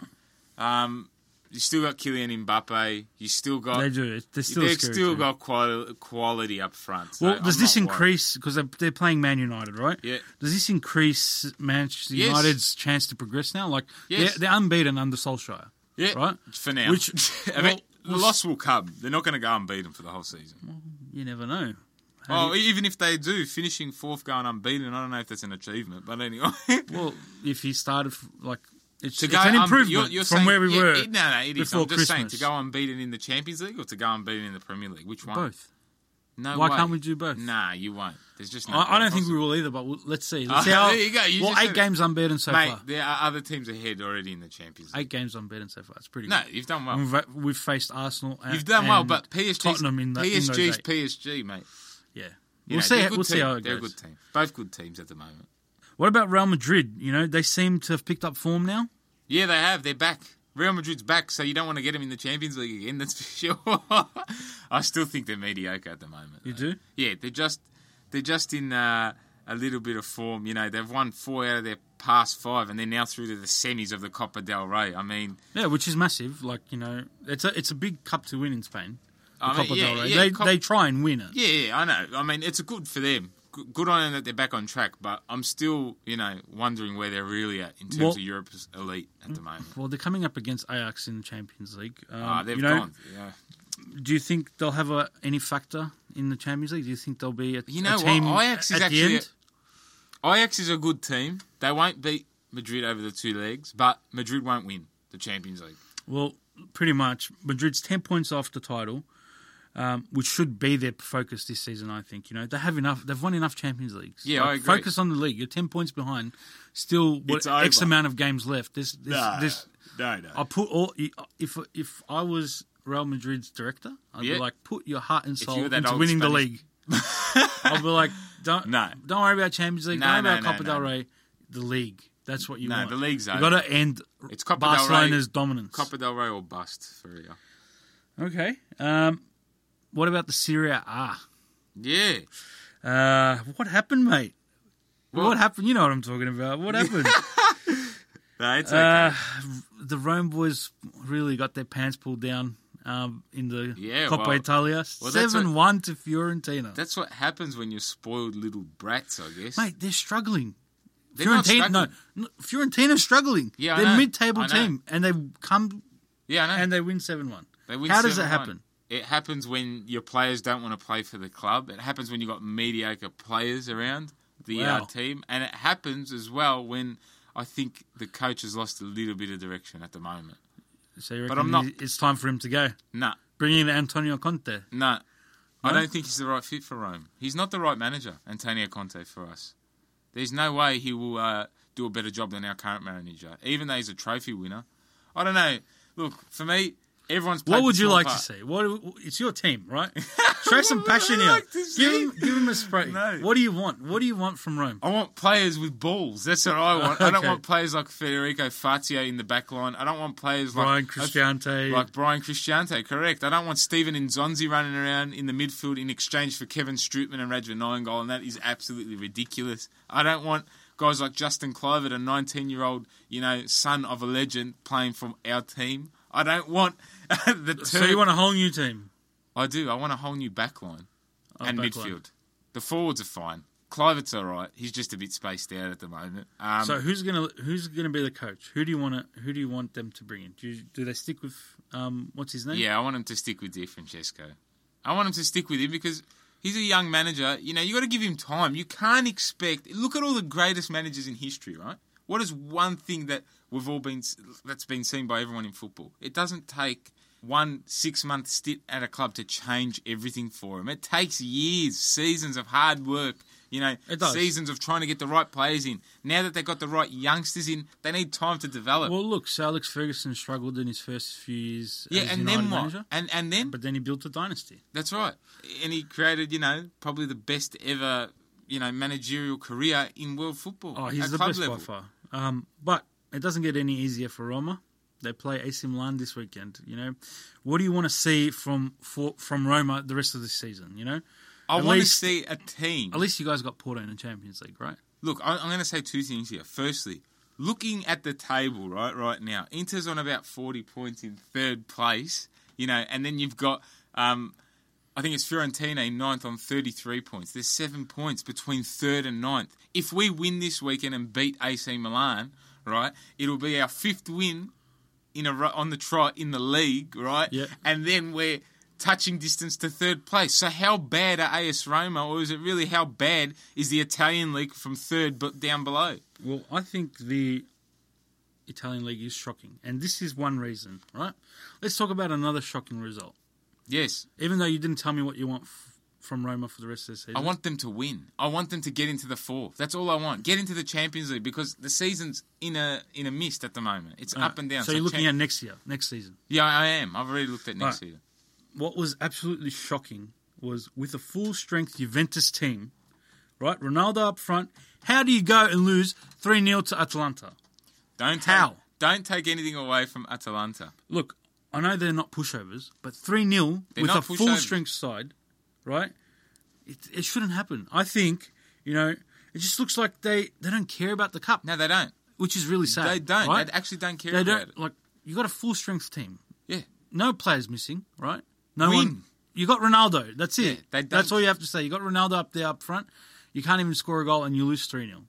[SPEAKER 3] um, you still got Kylian Mbappe. You still got
[SPEAKER 2] they do. They're still
[SPEAKER 3] they've
[SPEAKER 2] scary
[SPEAKER 3] still
[SPEAKER 2] team.
[SPEAKER 3] got quali- quality up front. so
[SPEAKER 2] Well,
[SPEAKER 3] I'm
[SPEAKER 2] does this
[SPEAKER 3] not worried.
[SPEAKER 2] increase because they're, they're playing Man United, right?
[SPEAKER 3] Yeah.
[SPEAKER 2] Does this increase Manchester
[SPEAKER 3] Yes.
[SPEAKER 2] United's chance to progress now? Like
[SPEAKER 3] Yes.
[SPEAKER 2] they're, they're unbeaten under Solskjaer.
[SPEAKER 3] Yeah,
[SPEAKER 2] right?
[SPEAKER 3] for now.
[SPEAKER 2] Which-
[SPEAKER 3] I mean, the loss will come. They're not going to go unbeaten for the whole season.
[SPEAKER 2] You never know.
[SPEAKER 3] Oh, even if they do, finishing fourth, going unbeaten, I don't know if that's an achievement. But anyway,
[SPEAKER 2] Well, if he started f- like it's,
[SPEAKER 3] to
[SPEAKER 2] it's
[SPEAKER 3] go
[SPEAKER 2] an
[SPEAKER 3] unbe-
[SPEAKER 2] improvement
[SPEAKER 3] you're- you're
[SPEAKER 2] from
[SPEAKER 3] saying-
[SPEAKER 2] where we
[SPEAKER 3] yeah,
[SPEAKER 2] were.
[SPEAKER 3] It, no, no, it is.
[SPEAKER 2] before
[SPEAKER 3] I'm just saying to
[SPEAKER 2] Christmas.
[SPEAKER 3] go unbeaten in the Champions League or to go unbeaten in the Premier League. Which one?
[SPEAKER 2] Both.
[SPEAKER 3] No
[SPEAKER 2] Why
[SPEAKER 3] way.
[SPEAKER 2] can't we do both?
[SPEAKER 3] Nah, you won't. There's just no.
[SPEAKER 2] I, I don't
[SPEAKER 3] way
[SPEAKER 2] think we
[SPEAKER 3] possible.
[SPEAKER 2] will either, but we'll, let's see. Let's
[SPEAKER 3] Ah,
[SPEAKER 2] see how,
[SPEAKER 3] there you go. You
[SPEAKER 2] well,
[SPEAKER 3] just
[SPEAKER 2] eight
[SPEAKER 3] said it.
[SPEAKER 2] games unbeaten so
[SPEAKER 3] Mate,
[SPEAKER 2] far.
[SPEAKER 3] there are other teams ahead already in the Champions League.
[SPEAKER 2] Eight games unbeaten so far. It's pretty
[SPEAKER 3] No,
[SPEAKER 2] good.
[SPEAKER 3] you've done well.
[SPEAKER 2] And We've, we've faced Arsenal. And,
[SPEAKER 3] You've done
[SPEAKER 2] Mm,
[SPEAKER 3] well,
[SPEAKER 2] and
[SPEAKER 3] but PSG,
[SPEAKER 2] Tottenham in, the, in those
[SPEAKER 3] PSG's
[SPEAKER 2] eight.
[SPEAKER 3] PSG, mate.
[SPEAKER 2] yeah. We'll
[SPEAKER 3] You know,
[SPEAKER 2] see.
[SPEAKER 3] they're a
[SPEAKER 2] How,
[SPEAKER 3] good
[SPEAKER 2] we'll see
[SPEAKER 3] team.
[SPEAKER 2] how it
[SPEAKER 3] They're a
[SPEAKER 2] goes.
[SPEAKER 3] good team. Both good teams at the moment.
[SPEAKER 2] What about Real Madrid? You know they seem to have picked up form now.
[SPEAKER 3] Yeah, they have. They're back. Real Madrid's back, so you don't want to get them in the Champions League again. That's for sure. I still think they're mediocre at the moment.
[SPEAKER 2] You
[SPEAKER 3] though.
[SPEAKER 2] do?
[SPEAKER 3] Yeah, they're just they're just in uh, a little bit of form. You know, they've won four out of their past five, and they're now through to the semis of the Copa del Rey. I mean,
[SPEAKER 2] Yeah, which is massive. Like you know, it's a it's a big cup to win in Spain. The
[SPEAKER 3] I mean,
[SPEAKER 2] Copa
[SPEAKER 3] yeah,
[SPEAKER 2] del Rey.
[SPEAKER 3] yeah,
[SPEAKER 2] they
[SPEAKER 3] Cop-
[SPEAKER 2] they try and win it.
[SPEAKER 3] Yeah, yeah, I know. I mean, it's good for them. G- Good on them that they're back on track, but I'm still, you know, wondering where they're really at in terms
[SPEAKER 2] Well-
[SPEAKER 3] of Europe's elite at the moment.
[SPEAKER 2] Well, they're coming up against Ajax in the Champions League. Um,
[SPEAKER 3] Ah, they've
[SPEAKER 2] you know,
[SPEAKER 3] gone. Yeah.
[SPEAKER 2] Do you think they'll have a, any factor in the Champions League? Do you think they'll be a,
[SPEAKER 3] You know
[SPEAKER 2] a
[SPEAKER 3] what?
[SPEAKER 2] team
[SPEAKER 3] Ajax is
[SPEAKER 2] at the
[SPEAKER 3] actually-
[SPEAKER 2] end?
[SPEAKER 3] Ajax is a good team. They won't beat Madrid over the two legs, but Madrid won't win the Champions League.
[SPEAKER 2] Well, pretty much. Madrid's 10 points off the title, um, which should be their focus this season, I think. You know, they have enough, they've won enough Champions Leagues.
[SPEAKER 3] Yeah, I agree.
[SPEAKER 2] Focus on the league. You're 10 points behind. Still, what,
[SPEAKER 3] It's
[SPEAKER 2] X
[SPEAKER 3] over.
[SPEAKER 2] amount of games left. There's, there's, there's,
[SPEAKER 3] no, no.
[SPEAKER 2] I put all, if, if I was Real Madrid's director, I'd
[SPEAKER 3] Yeah.
[SPEAKER 2] be like, put your heart and soul
[SPEAKER 3] you were that
[SPEAKER 2] into
[SPEAKER 3] old
[SPEAKER 2] winning the
[SPEAKER 3] Spanish-
[SPEAKER 2] league. I'd be like, don't,
[SPEAKER 3] No.
[SPEAKER 2] don't worry about Champions League.
[SPEAKER 3] No,
[SPEAKER 2] don't worry
[SPEAKER 3] no,
[SPEAKER 2] about
[SPEAKER 3] no,
[SPEAKER 2] Copa
[SPEAKER 3] no.
[SPEAKER 2] del Rey. The league. That's what you
[SPEAKER 3] No,
[SPEAKER 2] want.
[SPEAKER 3] the league's
[SPEAKER 2] You've
[SPEAKER 3] over.
[SPEAKER 2] got to end
[SPEAKER 3] It's Copa del Rey-
[SPEAKER 2] Barcelona's dominance.
[SPEAKER 3] Copa del Rey or bust for real.
[SPEAKER 2] Okay. Um, what about the Syria Ah,
[SPEAKER 3] Yeah.
[SPEAKER 2] Uh, what happened, mate?
[SPEAKER 3] Well-
[SPEAKER 2] what happened? You know what I'm talking about. What happened?
[SPEAKER 3] No, it's okay.
[SPEAKER 2] uh, the Rome boys really got their pants pulled down um, in the
[SPEAKER 3] Yeah,
[SPEAKER 2] Coppa
[SPEAKER 3] well-
[SPEAKER 2] Italia.
[SPEAKER 3] well, that's what-
[SPEAKER 2] 7 1 to Fiorentina.
[SPEAKER 3] That's what happens when you're spoiled little brats, I guess.
[SPEAKER 2] Mate, they're struggling.
[SPEAKER 3] They're not
[SPEAKER 2] no,
[SPEAKER 3] struggling.
[SPEAKER 2] no, Fiorentina's struggling.
[SPEAKER 3] Yeah, I
[SPEAKER 2] they're
[SPEAKER 3] know.
[SPEAKER 2] mid-table
[SPEAKER 3] I know.
[SPEAKER 2] team, and they come
[SPEAKER 3] Yeah, I know.
[SPEAKER 2] and they win seven one.
[SPEAKER 3] They win
[SPEAKER 2] How does it
[SPEAKER 3] 7-1.
[SPEAKER 2] happen?
[SPEAKER 3] It happens when your players don't want to play for the club. It happens when you've got mediocre players around the
[SPEAKER 2] Wow.
[SPEAKER 3] uh, team. And it happens as well when I think the coach has lost a little bit of direction at the moment.
[SPEAKER 2] So you
[SPEAKER 3] But
[SPEAKER 2] reckon
[SPEAKER 3] I'm not-
[SPEAKER 2] it's time for him to go.
[SPEAKER 3] Nah,
[SPEAKER 2] Bring in Antonio Conte.
[SPEAKER 3] nah. I don't think he's the right fit for Rome. He's not the right manager, Antonio Conte, for us. There's no way he will uh, do a better job than our current manager, even though he's a trophy winner. I don't know. Look, for me, Everyone's. played
[SPEAKER 2] What would
[SPEAKER 3] the
[SPEAKER 2] you
[SPEAKER 3] small
[SPEAKER 2] like
[SPEAKER 3] part.
[SPEAKER 2] to see? What it's your team, right? Show some
[SPEAKER 3] What would I
[SPEAKER 2] passion here.
[SPEAKER 3] like to
[SPEAKER 2] give
[SPEAKER 3] see?
[SPEAKER 2] him, give him a spray.
[SPEAKER 3] No.
[SPEAKER 2] What do you want? What do you want from Rome?
[SPEAKER 3] I want players with balls. That's what I want. I don't
[SPEAKER 2] Okay.
[SPEAKER 3] want players like Federico Fatia in the back line. I don't want players like
[SPEAKER 2] Brian Cristante.
[SPEAKER 3] Like Brian Cristante, correct. I don't want Stephen Nzonzi running around in the midfield in exchange for Kevin Strootman and Radja Nyingol, and that is absolutely ridiculous. I don't want guys like Justin Clovert, a 19-year-old, you know, son of a legend, playing from our team. I don't want the two.
[SPEAKER 2] so you want a whole new team?
[SPEAKER 3] I do. I want a whole new back line and
[SPEAKER 2] Oh, back
[SPEAKER 3] midfield.
[SPEAKER 2] line.
[SPEAKER 3] The forwards are fine. Clivert's all right. He's just a bit spaced out at the moment. Um,
[SPEAKER 2] So who's gonna who's gonna be the coach? Who do you want to Who do you want them to bring in? Do you, do they stick with um what's his name?
[SPEAKER 3] Yeah, I want him to stick with Di Francesco. I want him to stick with him because he's a young manager. You know, you got to give him time. You can't expect. Look at all the greatest managers in history, right? What is one thing that we've all been that's been seen by everyone in football? It doesn't take one six month stint at a club to change everything for him. It takes years, seasons of hard work. You know,
[SPEAKER 2] It does.
[SPEAKER 3] seasons of trying to get the right players in. Now that they've got the right youngsters in, they need time to develop.
[SPEAKER 2] Well, look, so Alex Ferguson struggled in his first few years.
[SPEAKER 3] yeah,
[SPEAKER 2] as
[SPEAKER 3] and
[SPEAKER 2] United
[SPEAKER 3] then what?
[SPEAKER 2] Manager,
[SPEAKER 3] And and then
[SPEAKER 2] but then he built a dynasty.
[SPEAKER 3] That's right. And he created, you know, probably the best ever, you know, managerial career in world football.
[SPEAKER 2] Oh, he's
[SPEAKER 3] at
[SPEAKER 2] the
[SPEAKER 3] club
[SPEAKER 2] best by far. Um, but it doesn't get any easier for Roma. They play AC Milan this weekend. You know, what do you want to see from for, from Roma the rest of the season? You know,
[SPEAKER 3] I
[SPEAKER 2] At
[SPEAKER 3] want
[SPEAKER 2] least-
[SPEAKER 3] to see a team.
[SPEAKER 2] at least you guys got Porto in the Champions League, right?
[SPEAKER 3] Look, I, I'm going to say two things here. Firstly, looking at the table right right now, Inter's on about 40 points in third place, you know, and then you've got, um, I think it's Fiorentina in ninth on 33 points. There's seven points between third and ninth. If we win this weekend and beat AC Milan, right, it'll be our fifth win in a ro- on the trot in the league, right?
[SPEAKER 2] Yeah.
[SPEAKER 3] And then we're touching distance to third place. So how bad are AS Roma, or is it really how bad is the Italian league from third but down below?
[SPEAKER 2] Well, I think the Italian league is shocking, and this is one reason, right? Let's talk about another shocking result.
[SPEAKER 3] Yes,
[SPEAKER 2] Even though you didn't tell me what you want f- from Roma for the rest of the season,
[SPEAKER 3] I want them to win. I want them to get into the fourth. That's all I want. Get into the Champions League because the season's in a in a mist at the moment. It's
[SPEAKER 2] Uh,
[SPEAKER 3] up and down.
[SPEAKER 2] So you're looking
[SPEAKER 3] Cham-
[SPEAKER 2] at next year, next season.
[SPEAKER 3] yeah, I am. I've already looked at next
[SPEAKER 2] Right.
[SPEAKER 3] year.
[SPEAKER 2] what was absolutely shocking was with a full strength Juventus team, right? Ronaldo up front. How do you go and lose 3 0 to Atalanta?
[SPEAKER 3] Don't
[SPEAKER 2] How?
[SPEAKER 3] take, don't take anything away from Atalanta.
[SPEAKER 2] Look, I know they're not pushovers, but 3 0
[SPEAKER 3] They're
[SPEAKER 2] with
[SPEAKER 3] not
[SPEAKER 2] a full
[SPEAKER 3] pushovers.
[SPEAKER 2] strength side, right? It, it shouldn't happen. I think, you know, it just looks like they, they don't care about the cup,
[SPEAKER 3] No, they don't.
[SPEAKER 2] which is really sad.
[SPEAKER 3] They don't.
[SPEAKER 2] right?
[SPEAKER 3] They actually don't care
[SPEAKER 2] Ah, They
[SPEAKER 3] about
[SPEAKER 2] don't.
[SPEAKER 3] it.
[SPEAKER 2] Like, you got a full strength team.
[SPEAKER 3] Yeah.
[SPEAKER 2] no players missing, right? No
[SPEAKER 3] Win.
[SPEAKER 2] one. You got Ronaldo. That's it.
[SPEAKER 3] they don't-
[SPEAKER 2] That's all you have to say. You got Ronaldo up there up front. You can't even score a goal, and you lose three 0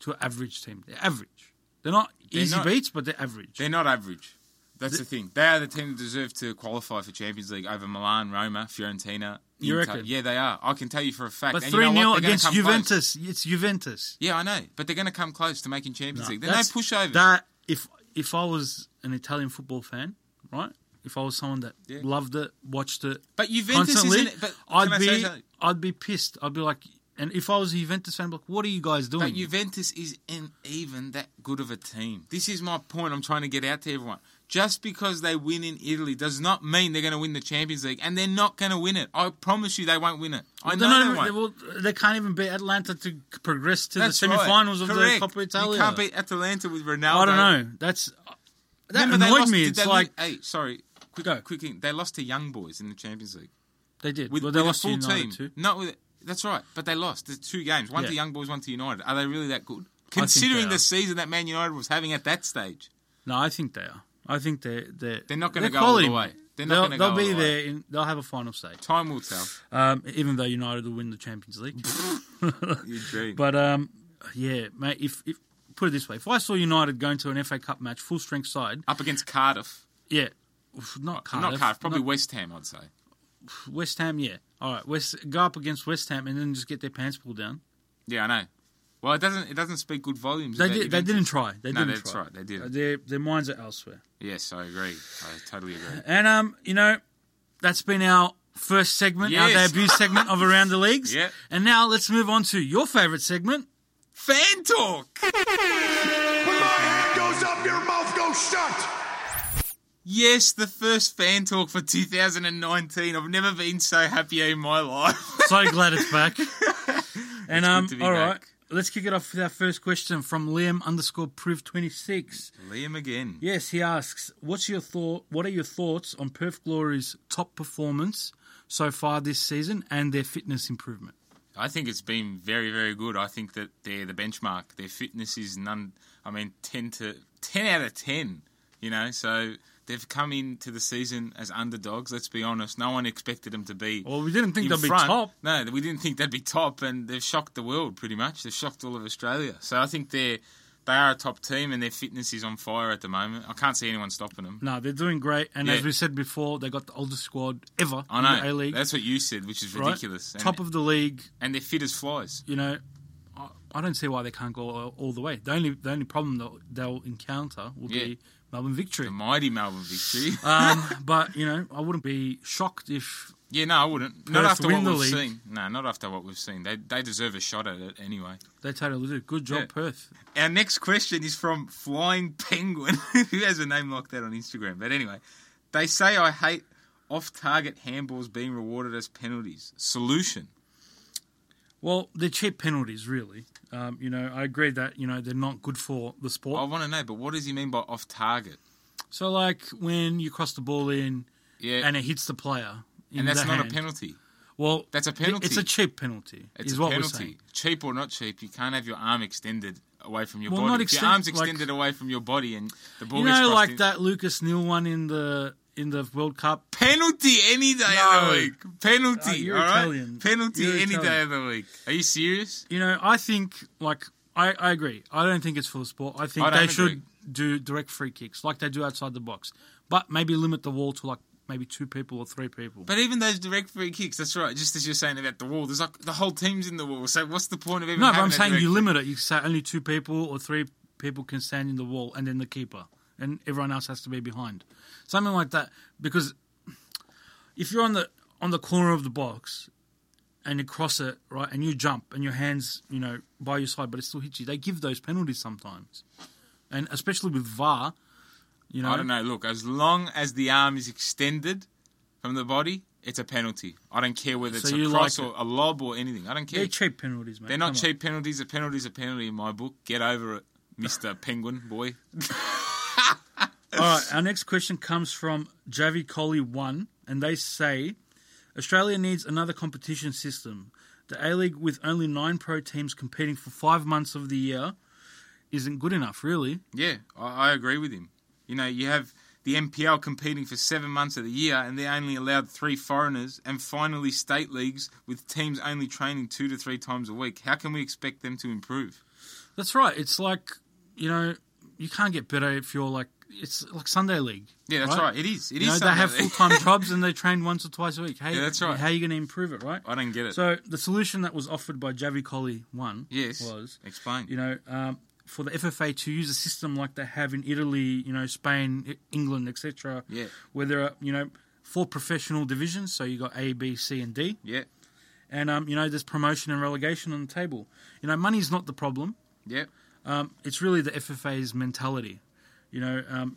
[SPEAKER 2] to an average team. They're average. They're not
[SPEAKER 3] They're
[SPEAKER 2] easy
[SPEAKER 3] not-
[SPEAKER 2] beats, but they're average.
[SPEAKER 3] They're not average. That's the thing. They are the team that deserve to qualify for Champions League over Milan, Roma, Fiorentina.
[SPEAKER 2] You
[SPEAKER 3] Inter.
[SPEAKER 2] reckon?
[SPEAKER 3] Yeah, they are. I can tell you for a fact.
[SPEAKER 2] but
[SPEAKER 3] And you know
[SPEAKER 2] three 0
[SPEAKER 3] what? They're gonna
[SPEAKER 2] against
[SPEAKER 3] come close.
[SPEAKER 2] Juventus. It's Juventus.
[SPEAKER 3] Yeah, I know. But they're going to come close to making Champions League. They're no
[SPEAKER 2] That's-
[SPEAKER 3] pushovers.
[SPEAKER 2] That if if I was an Italian football fan, right? If I was someone that
[SPEAKER 3] Yeah.
[SPEAKER 2] loved it, watched it,
[SPEAKER 3] But Juventus
[SPEAKER 2] constantly,
[SPEAKER 3] isn't. But can I
[SPEAKER 2] I'd
[SPEAKER 3] say
[SPEAKER 2] be
[SPEAKER 3] something?
[SPEAKER 2] I'd be pissed. I'd be like, and if I was a Juventus fan, I'd be like, what are you guys doing?
[SPEAKER 3] But Juventus isn't even that good of a team. This is my point I'm trying to get out to everyone. Just because they win in Italy does not mean they're going to win the Champions League, and they're not going to win it. I promise you, they won't win it. I
[SPEAKER 2] They're
[SPEAKER 3] know
[SPEAKER 2] not
[SPEAKER 3] they
[SPEAKER 2] even-
[SPEAKER 3] won't.
[SPEAKER 2] they, will- they can't even beat Atlanta to c- progress to the
[SPEAKER 3] right.
[SPEAKER 2] semi-finals of
[SPEAKER 3] Correct.
[SPEAKER 2] the Coppa Italia.
[SPEAKER 3] You can't beat Atalanta with Ronaldo.
[SPEAKER 2] I don't know. That's that
[SPEAKER 3] Remember, they
[SPEAKER 2] annoyed
[SPEAKER 3] lost-
[SPEAKER 2] me.
[SPEAKER 3] did
[SPEAKER 2] It's
[SPEAKER 3] they lo-
[SPEAKER 2] like
[SPEAKER 3] hey, sorry, quick,
[SPEAKER 2] Go.
[SPEAKER 3] quick thing. They lost to Young Boys in the Champions League
[SPEAKER 2] they did.
[SPEAKER 3] with,
[SPEAKER 2] well, they
[SPEAKER 3] with
[SPEAKER 2] lost
[SPEAKER 3] a full
[SPEAKER 2] to United
[SPEAKER 3] team.
[SPEAKER 2] too.
[SPEAKER 3] Not with. That's right, but they lost. There's two games. One
[SPEAKER 2] Yeah.
[SPEAKER 3] to Young Boys, one to United. Are they really that good?
[SPEAKER 2] they
[SPEAKER 3] Considering
[SPEAKER 2] are.
[SPEAKER 3] the season that Man United was having at that stage,
[SPEAKER 2] No, I think they are. I think they're they're
[SPEAKER 3] They're not gonna
[SPEAKER 2] they're
[SPEAKER 3] go all the
[SPEAKER 2] quality.
[SPEAKER 3] way. They're not
[SPEAKER 2] They'll-
[SPEAKER 3] gonna go
[SPEAKER 2] They'll
[SPEAKER 3] all
[SPEAKER 2] be
[SPEAKER 3] the way.
[SPEAKER 2] there. In, they'll have a final say.
[SPEAKER 3] time will tell.
[SPEAKER 2] Um, even though United will win the Champions League,
[SPEAKER 3] You dream.
[SPEAKER 2] but um, yeah, mate. If, if put it this way, if I saw United going to an FA Cup match, full strength side,
[SPEAKER 3] Up against Cardiff.
[SPEAKER 2] yeah, oof, not Cardiff,
[SPEAKER 3] Not Cardiff, probably
[SPEAKER 2] not-
[SPEAKER 3] West Ham, I'd say.
[SPEAKER 2] West Ham, yeah. All right, West go up against West Ham and then just get their pants pulled down.
[SPEAKER 3] Yeah, I know. Well, it doesn't. It doesn't speak good volumes.
[SPEAKER 2] They
[SPEAKER 3] about
[SPEAKER 2] did, they
[SPEAKER 3] Juventus.
[SPEAKER 2] didn't try. They
[SPEAKER 3] No,
[SPEAKER 2] didn't
[SPEAKER 3] that's
[SPEAKER 2] try.
[SPEAKER 3] right, they didn't.
[SPEAKER 2] Uh, Their their minds are elsewhere.
[SPEAKER 3] Yes, I agree. I totally agree.
[SPEAKER 2] And um, you know, that's been our first segment, our
[SPEAKER 3] Yes.
[SPEAKER 2] debut segment of Around the Leagues.
[SPEAKER 3] Yeah.
[SPEAKER 2] And now let's move on to your favorite segment.
[SPEAKER 3] Fan talk.
[SPEAKER 1] When my head goes up, your mouth goes shut.
[SPEAKER 3] Yes, the first fan talk for 2019. I've never been so happy in my life.
[SPEAKER 2] So glad it's back. and um,
[SPEAKER 3] to be
[SPEAKER 2] all right,
[SPEAKER 3] back.
[SPEAKER 2] let's kick it off with our first question from Liam underscore Proof twenty six.
[SPEAKER 3] Liam again.
[SPEAKER 2] Yes, he asks, "What's your thought? What are your thoughts on Perth Glory's top performance so far this season and their fitness improvement?"
[SPEAKER 3] I think it's been very, very good. I think that they're the benchmark. Their fitness is none. I mean, ten to ten out of ten. You know, so they've come into the season as underdogs. Let's be honest. No one expected them to be.
[SPEAKER 2] Well, we didn't think
[SPEAKER 3] in
[SPEAKER 2] they'll
[SPEAKER 3] front.
[SPEAKER 2] be top.
[SPEAKER 3] No, we didn't think they'd be top, and they've shocked the world pretty much. They've shocked all of Australia. So I think they're they are a top team, and their fitness is on fire at the moment. I can't see anyone stopping them.
[SPEAKER 2] No, they're doing great, and
[SPEAKER 3] Yeah.
[SPEAKER 2] as we said before, they got the oldest squad ever
[SPEAKER 3] I
[SPEAKER 2] in the A
[SPEAKER 3] know.
[SPEAKER 2] League.
[SPEAKER 3] That's what you said, which is ridiculous. And,
[SPEAKER 2] Top of the league,
[SPEAKER 3] and they're fit as flies.
[SPEAKER 2] you know, I, I don't see why they can't go all, all the way. The only the only problem they'll, they'll encounter will
[SPEAKER 3] Yeah.
[SPEAKER 2] be Melbourne Victory.
[SPEAKER 3] The mighty Melbourne victory.
[SPEAKER 2] Um, but you know, I wouldn't be shocked if
[SPEAKER 3] Yeah, no, I wouldn't. Not
[SPEAKER 2] Perth
[SPEAKER 3] after
[SPEAKER 2] win
[SPEAKER 3] what
[SPEAKER 2] the
[SPEAKER 3] we've
[SPEAKER 2] league.
[SPEAKER 3] seen. No, not after what we've seen. They they deserve a shot at it anyway.
[SPEAKER 2] they totally do. Good job,
[SPEAKER 3] Yeah.
[SPEAKER 2] Perth.
[SPEAKER 3] Our next question is from Flying Penguin, who has a name like that on Instagram. But anyway, they say I hate off-target handballs being rewarded as penalties. Solution.
[SPEAKER 2] Well, they're cheap penalties, really. Um, you know, I agree that you know they're not good for the
[SPEAKER 3] I
[SPEAKER 2] sport.
[SPEAKER 3] want to know, but what does he mean by off-target?
[SPEAKER 2] So, like when you cross the ball in
[SPEAKER 3] Yeah,
[SPEAKER 2] and
[SPEAKER 3] and,
[SPEAKER 2] it hits the player, in
[SPEAKER 3] that's
[SPEAKER 2] the
[SPEAKER 3] not
[SPEAKER 2] hand,
[SPEAKER 3] a penalty.
[SPEAKER 2] Well,
[SPEAKER 3] That's a
[SPEAKER 2] th- It's
[SPEAKER 3] penalty.
[SPEAKER 2] a cheap penalty.
[SPEAKER 3] It's
[SPEAKER 2] is
[SPEAKER 3] a
[SPEAKER 2] what we're saying.
[SPEAKER 3] penalty. Cheap or not cheap, you can't have your arm extended away from your
[SPEAKER 2] Well,
[SPEAKER 3] body.
[SPEAKER 2] not
[SPEAKER 3] If
[SPEAKER 2] extend-
[SPEAKER 3] your arm's
[SPEAKER 2] like-
[SPEAKER 3] extended away from your body and the ball
[SPEAKER 2] You
[SPEAKER 3] gets
[SPEAKER 2] know,
[SPEAKER 3] crossed
[SPEAKER 2] like
[SPEAKER 3] in-
[SPEAKER 2] that Lucas Neal one in the in the World Cup.
[SPEAKER 3] Penalty any day of
[SPEAKER 2] No.
[SPEAKER 3] the week. Penalty.
[SPEAKER 2] Oh, you're
[SPEAKER 3] all right?
[SPEAKER 2] Italian.
[SPEAKER 3] Penalty
[SPEAKER 2] You're
[SPEAKER 3] any day
[SPEAKER 2] Italian.
[SPEAKER 3] of the week. Are you serious?
[SPEAKER 2] You know, I think like I, I agree. I don't think it's for the sport. I think
[SPEAKER 3] I don't
[SPEAKER 2] they should do direct free kicks like they do outside the box, but maybe limit the wall to like maybe two people or three people.
[SPEAKER 3] But even those direct free kicks, that's right. Just as you're saying about the wall, there's like the whole team's in the wall. So what's the point of even?
[SPEAKER 2] no, but
[SPEAKER 3] having
[SPEAKER 2] I'm
[SPEAKER 3] a
[SPEAKER 2] saying
[SPEAKER 3] direct
[SPEAKER 2] you
[SPEAKER 3] free-
[SPEAKER 2] limit it. You say only two people or three people can stand in the wall, and then the keeper, and everyone else has to be behind, something like that. Because if you're on the on the corner of the box and you cross it right, and you jump, and your hands, you know, by your side, but it still hits you, they give those penalties sometimes, and especially with VAR, you know,
[SPEAKER 3] I don't know. Look, as long as the arm is extended from the body, it's a penalty. I don't care whether
[SPEAKER 2] So
[SPEAKER 3] it's a
[SPEAKER 2] you
[SPEAKER 3] cross
[SPEAKER 2] like
[SPEAKER 3] or a lob or anything. I don't care.
[SPEAKER 2] they're cheap penalties, mate.
[SPEAKER 3] They're not
[SPEAKER 2] Come on.
[SPEAKER 3] cheap penalties. A penalty's a penalty in my book. Get over it, Mister Penguin boy.
[SPEAKER 2] All right, our next question comes from Javi Coley One, and they say Australia needs another competition system. The A League with only nine pro teams competing for five months of the year isn't good enough, really.
[SPEAKER 3] Yeah, I, I agree with him. You know, you have the NPL competing for seven months of the year, and they're only allowed three foreigners, and finally state leagues with teams only training two to three times a week. How can we expect them to improve?
[SPEAKER 2] That's right. It's like you know you can't get better if you're like it's like Sunday League.
[SPEAKER 3] Yeah, that's right. It is. It is.
[SPEAKER 2] You know, they have
[SPEAKER 3] something.
[SPEAKER 2] full time jobs and they train once or twice a week. How,
[SPEAKER 3] Yeah, that's right.
[SPEAKER 2] How are you going to improve it, right?
[SPEAKER 3] I don't get it.
[SPEAKER 2] So the solution that was offered by Javi Coley One
[SPEAKER 3] yes.
[SPEAKER 2] was
[SPEAKER 3] Explain.
[SPEAKER 2] you know, um, for the FFA to use a system like they have in Italy, you know, Spain, E- England, etc.
[SPEAKER 3] Yeah.
[SPEAKER 2] Where there are, you know, four professional divisions, so you got A, B, C, and D,
[SPEAKER 3] yeah.
[SPEAKER 2] and um, you know, there's promotion and relegation on the table. You know, money's not the problem.
[SPEAKER 3] Yeah.
[SPEAKER 2] Um, it's really the FFA's mentality. You know, um,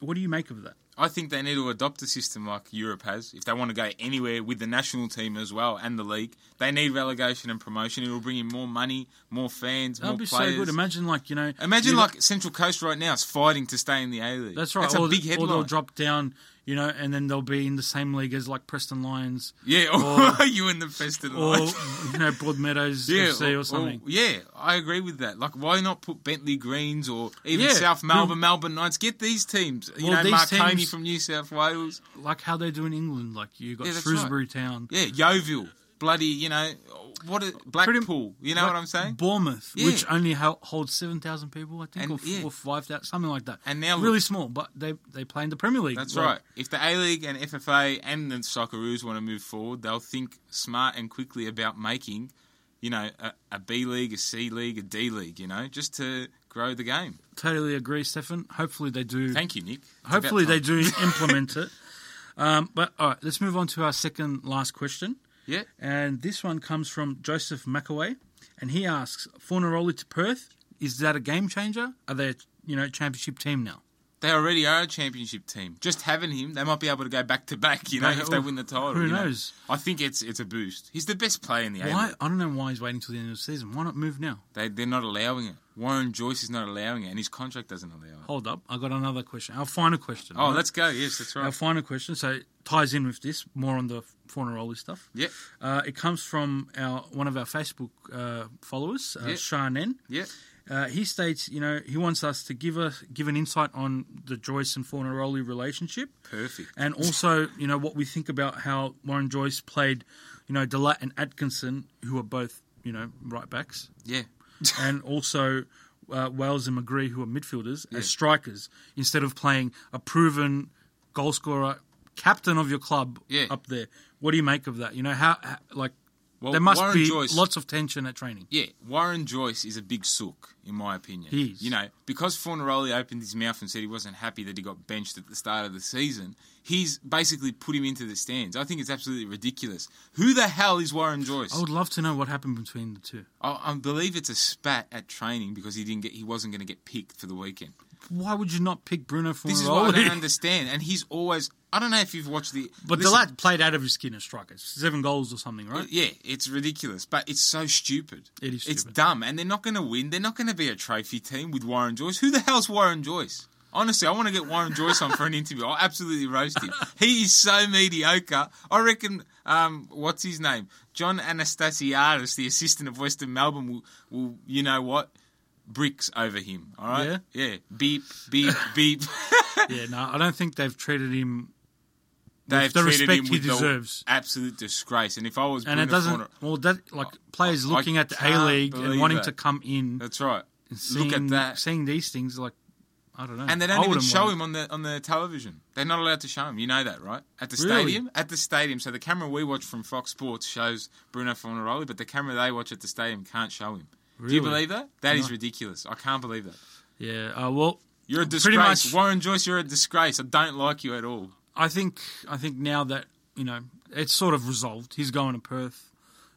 [SPEAKER 2] what do you make of that?
[SPEAKER 3] I think they need to adopt a system like Europe has. If they want to go anywhere with the national team as well and the league, they need relegation and promotion. It will bring in more money, more fans,
[SPEAKER 2] That
[SPEAKER 3] more
[SPEAKER 2] would be
[SPEAKER 3] players.
[SPEAKER 2] so good. Imagine, like, you know,
[SPEAKER 3] Imagine
[SPEAKER 2] you-
[SPEAKER 3] like Central Coast right now is fighting to stay in the A League.
[SPEAKER 2] That's right.
[SPEAKER 3] That's
[SPEAKER 2] or,
[SPEAKER 3] a big headline.
[SPEAKER 2] or they'll drop down, you know, and then they'll be in the same league as like Preston Lions
[SPEAKER 3] yeah, or, you in the festive
[SPEAKER 2] or
[SPEAKER 3] line.
[SPEAKER 2] you know Broadmeadows
[SPEAKER 3] Yeah,
[SPEAKER 2] FC or, something.
[SPEAKER 3] yeah, I agree with that. Like, why not put Bentley Greens or even
[SPEAKER 2] Yeah,
[SPEAKER 3] South
[SPEAKER 2] who-
[SPEAKER 3] Melbourne, Melbourne Knights? Get these teams. You
[SPEAKER 2] Well,
[SPEAKER 3] know,
[SPEAKER 2] these
[SPEAKER 3] Marconi
[SPEAKER 2] teams-
[SPEAKER 3] from New South Wales.
[SPEAKER 2] like how they do in England. Like you got
[SPEAKER 3] Yeah, that's
[SPEAKER 2] Shrewsbury Town,
[SPEAKER 3] Yeah, Yeovil. Bloody, you know, what a, Blackpool. You know
[SPEAKER 2] Like
[SPEAKER 3] what I'm saying?
[SPEAKER 2] Bournemouth,
[SPEAKER 3] Yeah.
[SPEAKER 2] which only ho- holds seven thousand people, I think,
[SPEAKER 3] And-
[SPEAKER 2] or, f-
[SPEAKER 3] yeah.
[SPEAKER 2] or five thousand, something like that.
[SPEAKER 3] And now
[SPEAKER 2] really
[SPEAKER 3] look-
[SPEAKER 2] small, but they they play in the Premier League.
[SPEAKER 3] That's
[SPEAKER 2] Like,
[SPEAKER 3] right. If the A League and FFA and the Socceroos want to move forward, they'll think smart and quickly about making, you know, a, a B League, a C League, a D League. You know, just to grow the game.
[SPEAKER 2] Totally agree, Stefan. Hopefully they do.
[SPEAKER 3] Thank you, Nick. It's about
[SPEAKER 2] hopefully they
[SPEAKER 3] time.
[SPEAKER 2] do implement it. Um, but all right, let's move on to our second last question.
[SPEAKER 3] Yeah.
[SPEAKER 2] And this one comes from Joseph McAway, and he asks: Fornaroli to Perth, is that a game changer? Are they, a, you know, championship team now?
[SPEAKER 3] They already are a championship team. Just having him, they might be able to go back to back. You know,
[SPEAKER 2] They-
[SPEAKER 3] if they win the title.
[SPEAKER 2] who
[SPEAKER 3] you know.
[SPEAKER 2] knows?
[SPEAKER 3] I think it's it's a boost. He's the best player in the
[SPEAKER 2] Why?
[SPEAKER 3] A.
[SPEAKER 2] I don't know why he's waiting till the end of the season. Why not move now?
[SPEAKER 3] They they're not allowing it. Warren Joyce is not allowing it, and his contract doesn't allow it.
[SPEAKER 2] Hold up, I got another question. Our final question.
[SPEAKER 3] Oh,
[SPEAKER 2] right?
[SPEAKER 3] let's go. Yes, that's
[SPEAKER 2] our
[SPEAKER 3] right.
[SPEAKER 2] final question. So it ties in with this more on the Fornaroli stuff.
[SPEAKER 3] Yeah,
[SPEAKER 2] Uh, it comes from our one of our Facebook uh, followers, uh,
[SPEAKER 3] Yeah.
[SPEAKER 2] Sharnen.
[SPEAKER 3] yeah.
[SPEAKER 2] Uh, he states, you know, he wants us to give us give an insight on the Joyce and Fornaroli relationship,
[SPEAKER 3] Perfect.
[SPEAKER 2] and also, you know, what we think about how Warren Joyce played, you know, Delight and Atkinson, who are both, you know, right backs,
[SPEAKER 3] Yeah.
[SPEAKER 2] and also uh, Wales and McGree, who are midfielders, as strikers instead of playing a proven goal scorer, captain of your club
[SPEAKER 3] Yeah.
[SPEAKER 2] up there. What do you make of that? You know, how, how like
[SPEAKER 3] Well,
[SPEAKER 2] there must
[SPEAKER 3] Warren
[SPEAKER 2] be
[SPEAKER 3] Joyce-
[SPEAKER 2] lots of tension at training.
[SPEAKER 3] Yeah, Warren Joyce is a big sook, in my opinion.
[SPEAKER 2] He is.
[SPEAKER 3] You know, because Fornaroli opened his mouth and said he wasn't happy that he got benched at the start of the season, he's basically put him into the stands. I think it's absolutely ridiculous. Who the hell is Warren Joyce?
[SPEAKER 2] I would love to know what happened between the two.
[SPEAKER 3] I, I believe it's a spat at training because he didn't get he wasn't going to get picked for the weekend.
[SPEAKER 2] Why would you not pick Bruno Fornaroli?
[SPEAKER 3] This is what I don't understand. And he's always I don't know if you've watched the
[SPEAKER 2] But
[SPEAKER 3] listen-
[SPEAKER 2] Delight played out of his skin as strikers, seven goals or something, right?
[SPEAKER 3] Yeah, it's ridiculous, but it's so stupid.
[SPEAKER 2] It is
[SPEAKER 3] It's
[SPEAKER 2] stupid.
[SPEAKER 3] dumb, and they're not going to win. They're not going to be a trophy team with Warren Joyce. Who the hell's Warren Joyce? Honestly, I want to get Warren Joyce on for an interview. I'll absolutely roast him. He is so mediocre. I reckon, um, what's his name? John Anastasiadis, the assistant of Western Melbourne, will, will you know what? Bricks over him. All right? Yeah. Yeah. Beep, beep, beep.
[SPEAKER 2] Yeah, no, I don't think they've treated him,
[SPEAKER 3] They've
[SPEAKER 2] the
[SPEAKER 3] treated
[SPEAKER 2] respect
[SPEAKER 3] him
[SPEAKER 2] he
[SPEAKER 3] with the
[SPEAKER 2] deserves.
[SPEAKER 3] absolute disgrace. And if I was
[SPEAKER 2] and it
[SPEAKER 3] Bruno
[SPEAKER 2] doesn't.
[SPEAKER 3] Fornaro-
[SPEAKER 2] Well, that like players
[SPEAKER 3] I
[SPEAKER 2] looking at the
[SPEAKER 3] can't
[SPEAKER 2] A League and
[SPEAKER 3] believe
[SPEAKER 2] wanting
[SPEAKER 3] that.
[SPEAKER 2] to come in,
[SPEAKER 3] That's right.
[SPEAKER 2] seeing,
[SPEAKER 3] Look at that.
[SPEAKER 2] seeing these things, like I don't know,
[SPEAKER 3] And they
[SPEAKER 2] I
[SPEAKER 3] don't even
[SPEAKER 2] wouldn't
[SPEAKER 3] show
[SPEAKER 2] want
[SPEAKER 3] him on the on the television. They're not allowed to show him. You know that, right? At the
[SPEAKER 2] Really?
[SPEAKER 3] stadium, at the stadium. So the camera we watch from Fox Sports shows Bruno Fornaroli, but the camera they watch at the stadium can't show him. Do you
[SPEAKER 2] Really?
[SPEAKER 3] believe that? That is ridiculous. I can't believe that.
[SPEAKER 2] it. Yeah, uh, well,
[SPEAKER 3] You're a
[SPEAKER 2] Pretty
[SPEAKER 3] disgrace,
[SPEAKER 2] much-
[SPEAKER 3] Warren Joyce. You're a disgrace. I don't like you at all.
[SPEAKER 2] I think I think now that you know it's sort of resolved. He's going to Perth,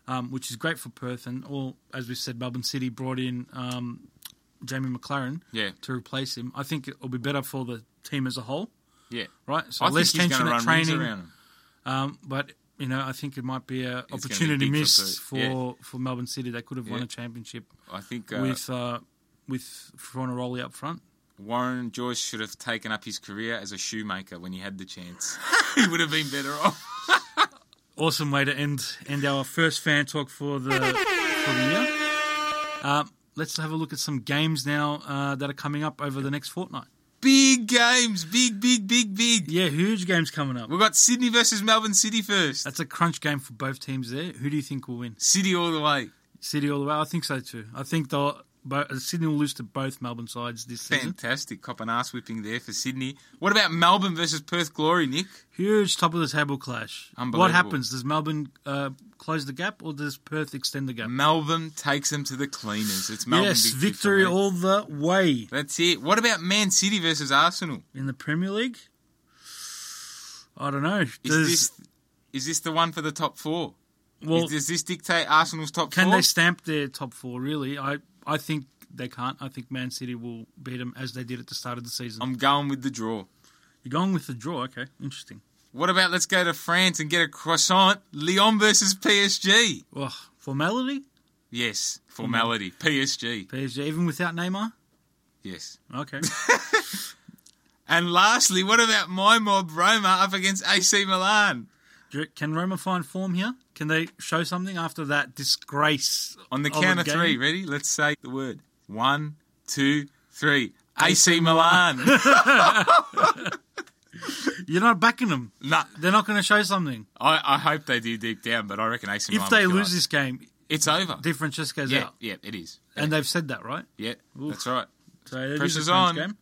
[SPEAKER 2] um, which is great for Perth, and all as we said, Melbourne City brought in um, Jamie McLaren
[SPEAKER 3] Yeah.
[SPEAKER 2] to replace him. I think it'll be better for the team as a whole,
[SPEAKER 3] Yeah,
[SPEAKER 2] right? So
[SPEAKER 3] I
[SPEAKER 2] less
[SPEAKER 3] think he's
[SPEAKER 2] tension
[SPEAKER 3] going to
[SPEAKER 2] at
[SPEAKER 3] run rings
[SPEAKER 2] training,
[SPEAKER 3] around him.
[SPEAKER 2] um, but you know I think it might be an
[SPEAKER 3] be
[SPEAKER 2] opportunity
[SPEAKER 3] big for
[SPEAKER 2] missed
[SPEAKER 3] Perth,
[SPEAKER 2] for
[SPEAKER 3] yeah.
[SPEAKER 2] for Melbourne City. They could have won
[SPEAKER 3] Yeah.
[SPEAKER 2] a championship
[SPEAKER 3] I think uh,
[SPEAKER 2] with uh, with Fornaroli up front.
[SPEAKER 3] Warren Joyce should have taken up his career as a shoemaker when he had the chance. he would have been better off.
[SPEAKER 2] awesome way to end end our first fan talk for the for the year. Um, let's have a look at some games now uh, that are coming up over the next fortnight.
[SPEAKER 3] Big games, big, big, big, big.
[SPEAKER 2] Yeah, huge games coming up.
[SPEAKER 3] We've got Sydney versus Melbourne City first.
[SPEAKER 2] That's a crunch game for both teams. There, who do you think will win?
[SPEAKER 3] City all the way.
[SPEAKER 2] City all the way. I think so too. I think they'll. But Sydney will lose to both Melbourne sides this season.
[SPEAKER 3] Fantastic. Cop an ass whipping there for Sydney. What about Melbourne versus Perth Glory, Nick?
[SPEAKER 2] Huge top of the table clash. What
[SPEAKER 3] Unbelievable.
[SPEAKER 2] happens? Does Melbourne uh, close the gap or does Perth extend the gap?
[SPEAKER 3] Melbourne takes them to the cleaners. It's Melbourne.
[SPEAKER 2] yes,
[SPEAKER 3] big fifth
[SPEAKER 2] victory
[SPEAKER 3] for me.
[SPEAKER 2] all the way
[SPEAKER 3] That's it. What about Man City versus Arsenal?
[SPEAKER 2] in the Premier League. I don't know.
[SPEAKER 3] Is
[SPEAKER 2] Does-
[SPEAKER 3] this is this the one for the top four?
[SPEAKER 2] well,
[SPEAKER 3] Is- does this dictate Arsenal's top
[SPEAKER 2] Can
[SPEAKER 3] four?
[SPEAKER 2] they stamp their top four? Really, I I think they can't. I think Man City will beat them as they did at the start of the season.
[SPEAKER 3] I'm going with the draw.
[SPEAKER 2] You're going with the draw. Okay, interesting.
[SPEAKER 3] What about let's go to France and get a croissant? Lyon versus PSG.
[SPEAKER 2] Well, formality.
[SPEAKER 3] Yes, formality. PSG.
[SPEAKER 2] PSG even without Neymar.
[SPEAKER 3] Yes.
[SPEAKER 2] Okay,
[SPEAKER 3] And lastly, what about my mob Roma up against AC Milan?
[SPEAKER 2] Do you- can Roma find form here? Can they show something after that disgrace
[SPEAKER 3] On the
[SPEAKER 2] of a
[SPEAKER 3] count of
[SPEAKER 2] game?
[SPEAKER 3] three, ready? Let's say the word. One, two, three. AC Milan.
[SPEAKER 2] You're not backing them.
[SPEAKER 3] nah,
[SPEAKER 2] They're not going to show something.
[SPEAKER 3] I, I hope they do deep down, but I reckon AC Milan.
[SPEAKER 2] if they
[SPEAKER 3] will kill
[SPEAKER 2] lose
[SPEAKER 3] us.
[SPEAKER 2] this game,
[SPEAKER 3] it's over.
[SPEAKER 2] Di Francesco's
[SPEAKER 3] Yeah,
[SPEAKER 2] out,
[SPEAKER 3] yeah, it is.
[SPEAKER 2] and they've said that right.
[SPEAKER 3] Yeah, that's right.
[SPEAKER 2] So it is a
[SPEAKER 3] Pressure's
[SPEAKER 2] close
[SPEAKER 3] on.
[SPEAKER 2] Game.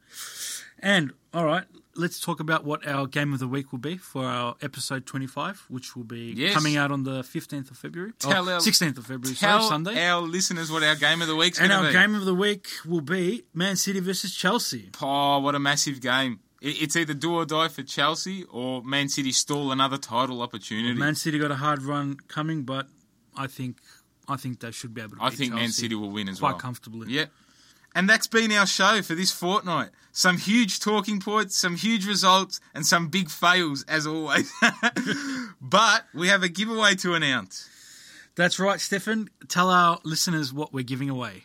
[SPEAKER 2] And all right, let's talk about what our game of the week will be for our episode twenty-five, which will be
[SPEAKER 3] Yes.
[SPEAKER 2] coming out on the fifteenth of February, Oh,
[SPEAKER 3] Tell our-
[SPEAKER 2] sixteenth of February,
[SPEAKER 3] Tell
[SPEAKER 2] sorry, Sunday.
[SPEAKER 3] our listeners what our game of the week's going
[SPEAKER 2] and
[SPEAKER 3] to
[SPEAKER 2] our
[SPEAKER 3] be.
[SPEAKER 2] game of the week will be Man City versus Chelsea.
[SPEAKER 3] oh, what a massive game. It, it's either do or die for Chelsea or Man City stall another title opportunity.
[SPEAKER 2] Man City got a hard run coming, but I think I think they should be able to.
[SPEAKER 3] I
[SPEAKER 2] beat
[SPEAKER 3] think Man
[SPEAKER 2] Chelsea
[SPEAKER 3] City will win as
[SPEAKER 2] quite
[SPEAKER 3] well.
[SPEAKER 2] comfortably.
[SPEAKER 3] Yeah. And that's been our show for this fortnight. Some huge talking points, some huge results, and some big fails, as always. but we have a giveaway to announce.
[SPEAKER 2] That's right, Stefan. Tell our listeners what we're giving away.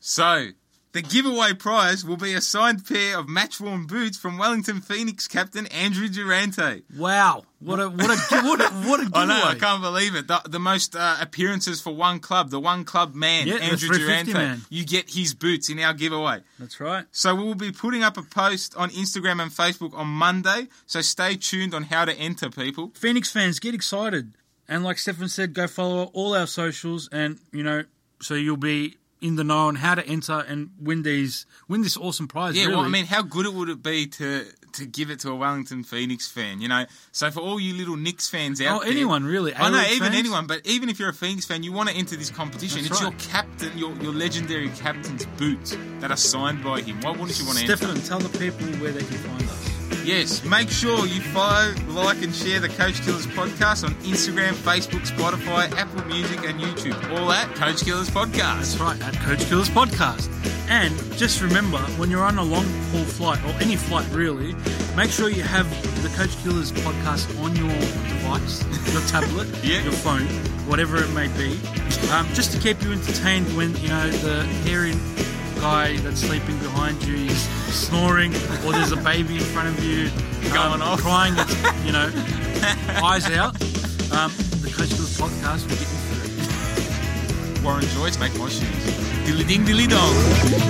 [SPEAKER 3] So, the giveaway prize will be a signed pair of match worn boots from Wellington Phoenix captain Andrew Durante.
[SPEAKER 2] Wow, what a what a gi- what a, what a giveaway!
[SPEAKER 3] I know, I can't believe it. The, the most uh, appearances for one club, the one club man,
[SPEAKER 2] Yeah, the
[SPEAKER 3] Andrew
[SPEAKER 2] 350
[SPEAKER 3] Durante.
[SPEAKER 2] man.
[SPEAKER 3] You get his boots in our giveaway.
[SPEAKER 2] That's right.
[SPEAKER 3] So we will be putting up a post on Instagram and Facebook on Monday. So stay tuned on how to enter, people.
[SPEAKER 2] Phoenix fans, get excited. And like Stefan said, go follow all our socials and you know, so you'll be in the know on how to enter and win these win this awesome prize.
[SPEAKER 3] Yeah, well, I
[SPEAKER 2] really.
[SPEAKER 3] mean, how good it would it be to to give it to a Wellington Phoenix fan, you know? So for all you little Knicks fans out
[SPEAKER 2] Oh,
[SPEAKER 3] there,
[SPEAKER 2] anyone, really.
[SPEAKER 3] I know
[SPEAKER 2] A-League
[SPEAKER 3] even
[SPEAKER 2] fans?
[SPEAKER 3] anyone, but even if you're a Phoenix fan, you want to enter this competition.
[SPEAKER 2] That's
[SPEAKER 3] it's
[SPEAKER 2] right.
[SPEAKER 3] your captain, your your legendary captain's boots that are signed by him. Why wouldn't you want to enter?
[SPEAKER 2] Stefan, tell the people where they can find us.
[SPEAKER 3] Yes, make sure you follow, like, and share the Coach Killers podcast on Instagram, Facebook, Spotify, Apple Music, and YouTube. All at Coach Killers
[SPEAKER 2] That's
[SPEAKER 3] Podcast.
[SPEAKER 2] right, at Coach Killers Podcast. And just remember, when you're on a long haul flight, or any flight really, make sure you have the Coach Killers Podcast on your device, your tablet,
[SPEAKER 3] Yeah.
[SPEAKER 2] your phone, whatever it may be, um, just to keep you entertained when, you know, the hairy guy that's sleeping behind you is snoring, or there's a baby in front of you um,
[SPEAKER 3] Going off.
[SPEAKER 2] crying its, you know, eyes out. Um, the Coach Killers Podcast will get you through.
[SPEAKER 3] Warren Joyce, make my shoes. Dilly ding, dilly dong.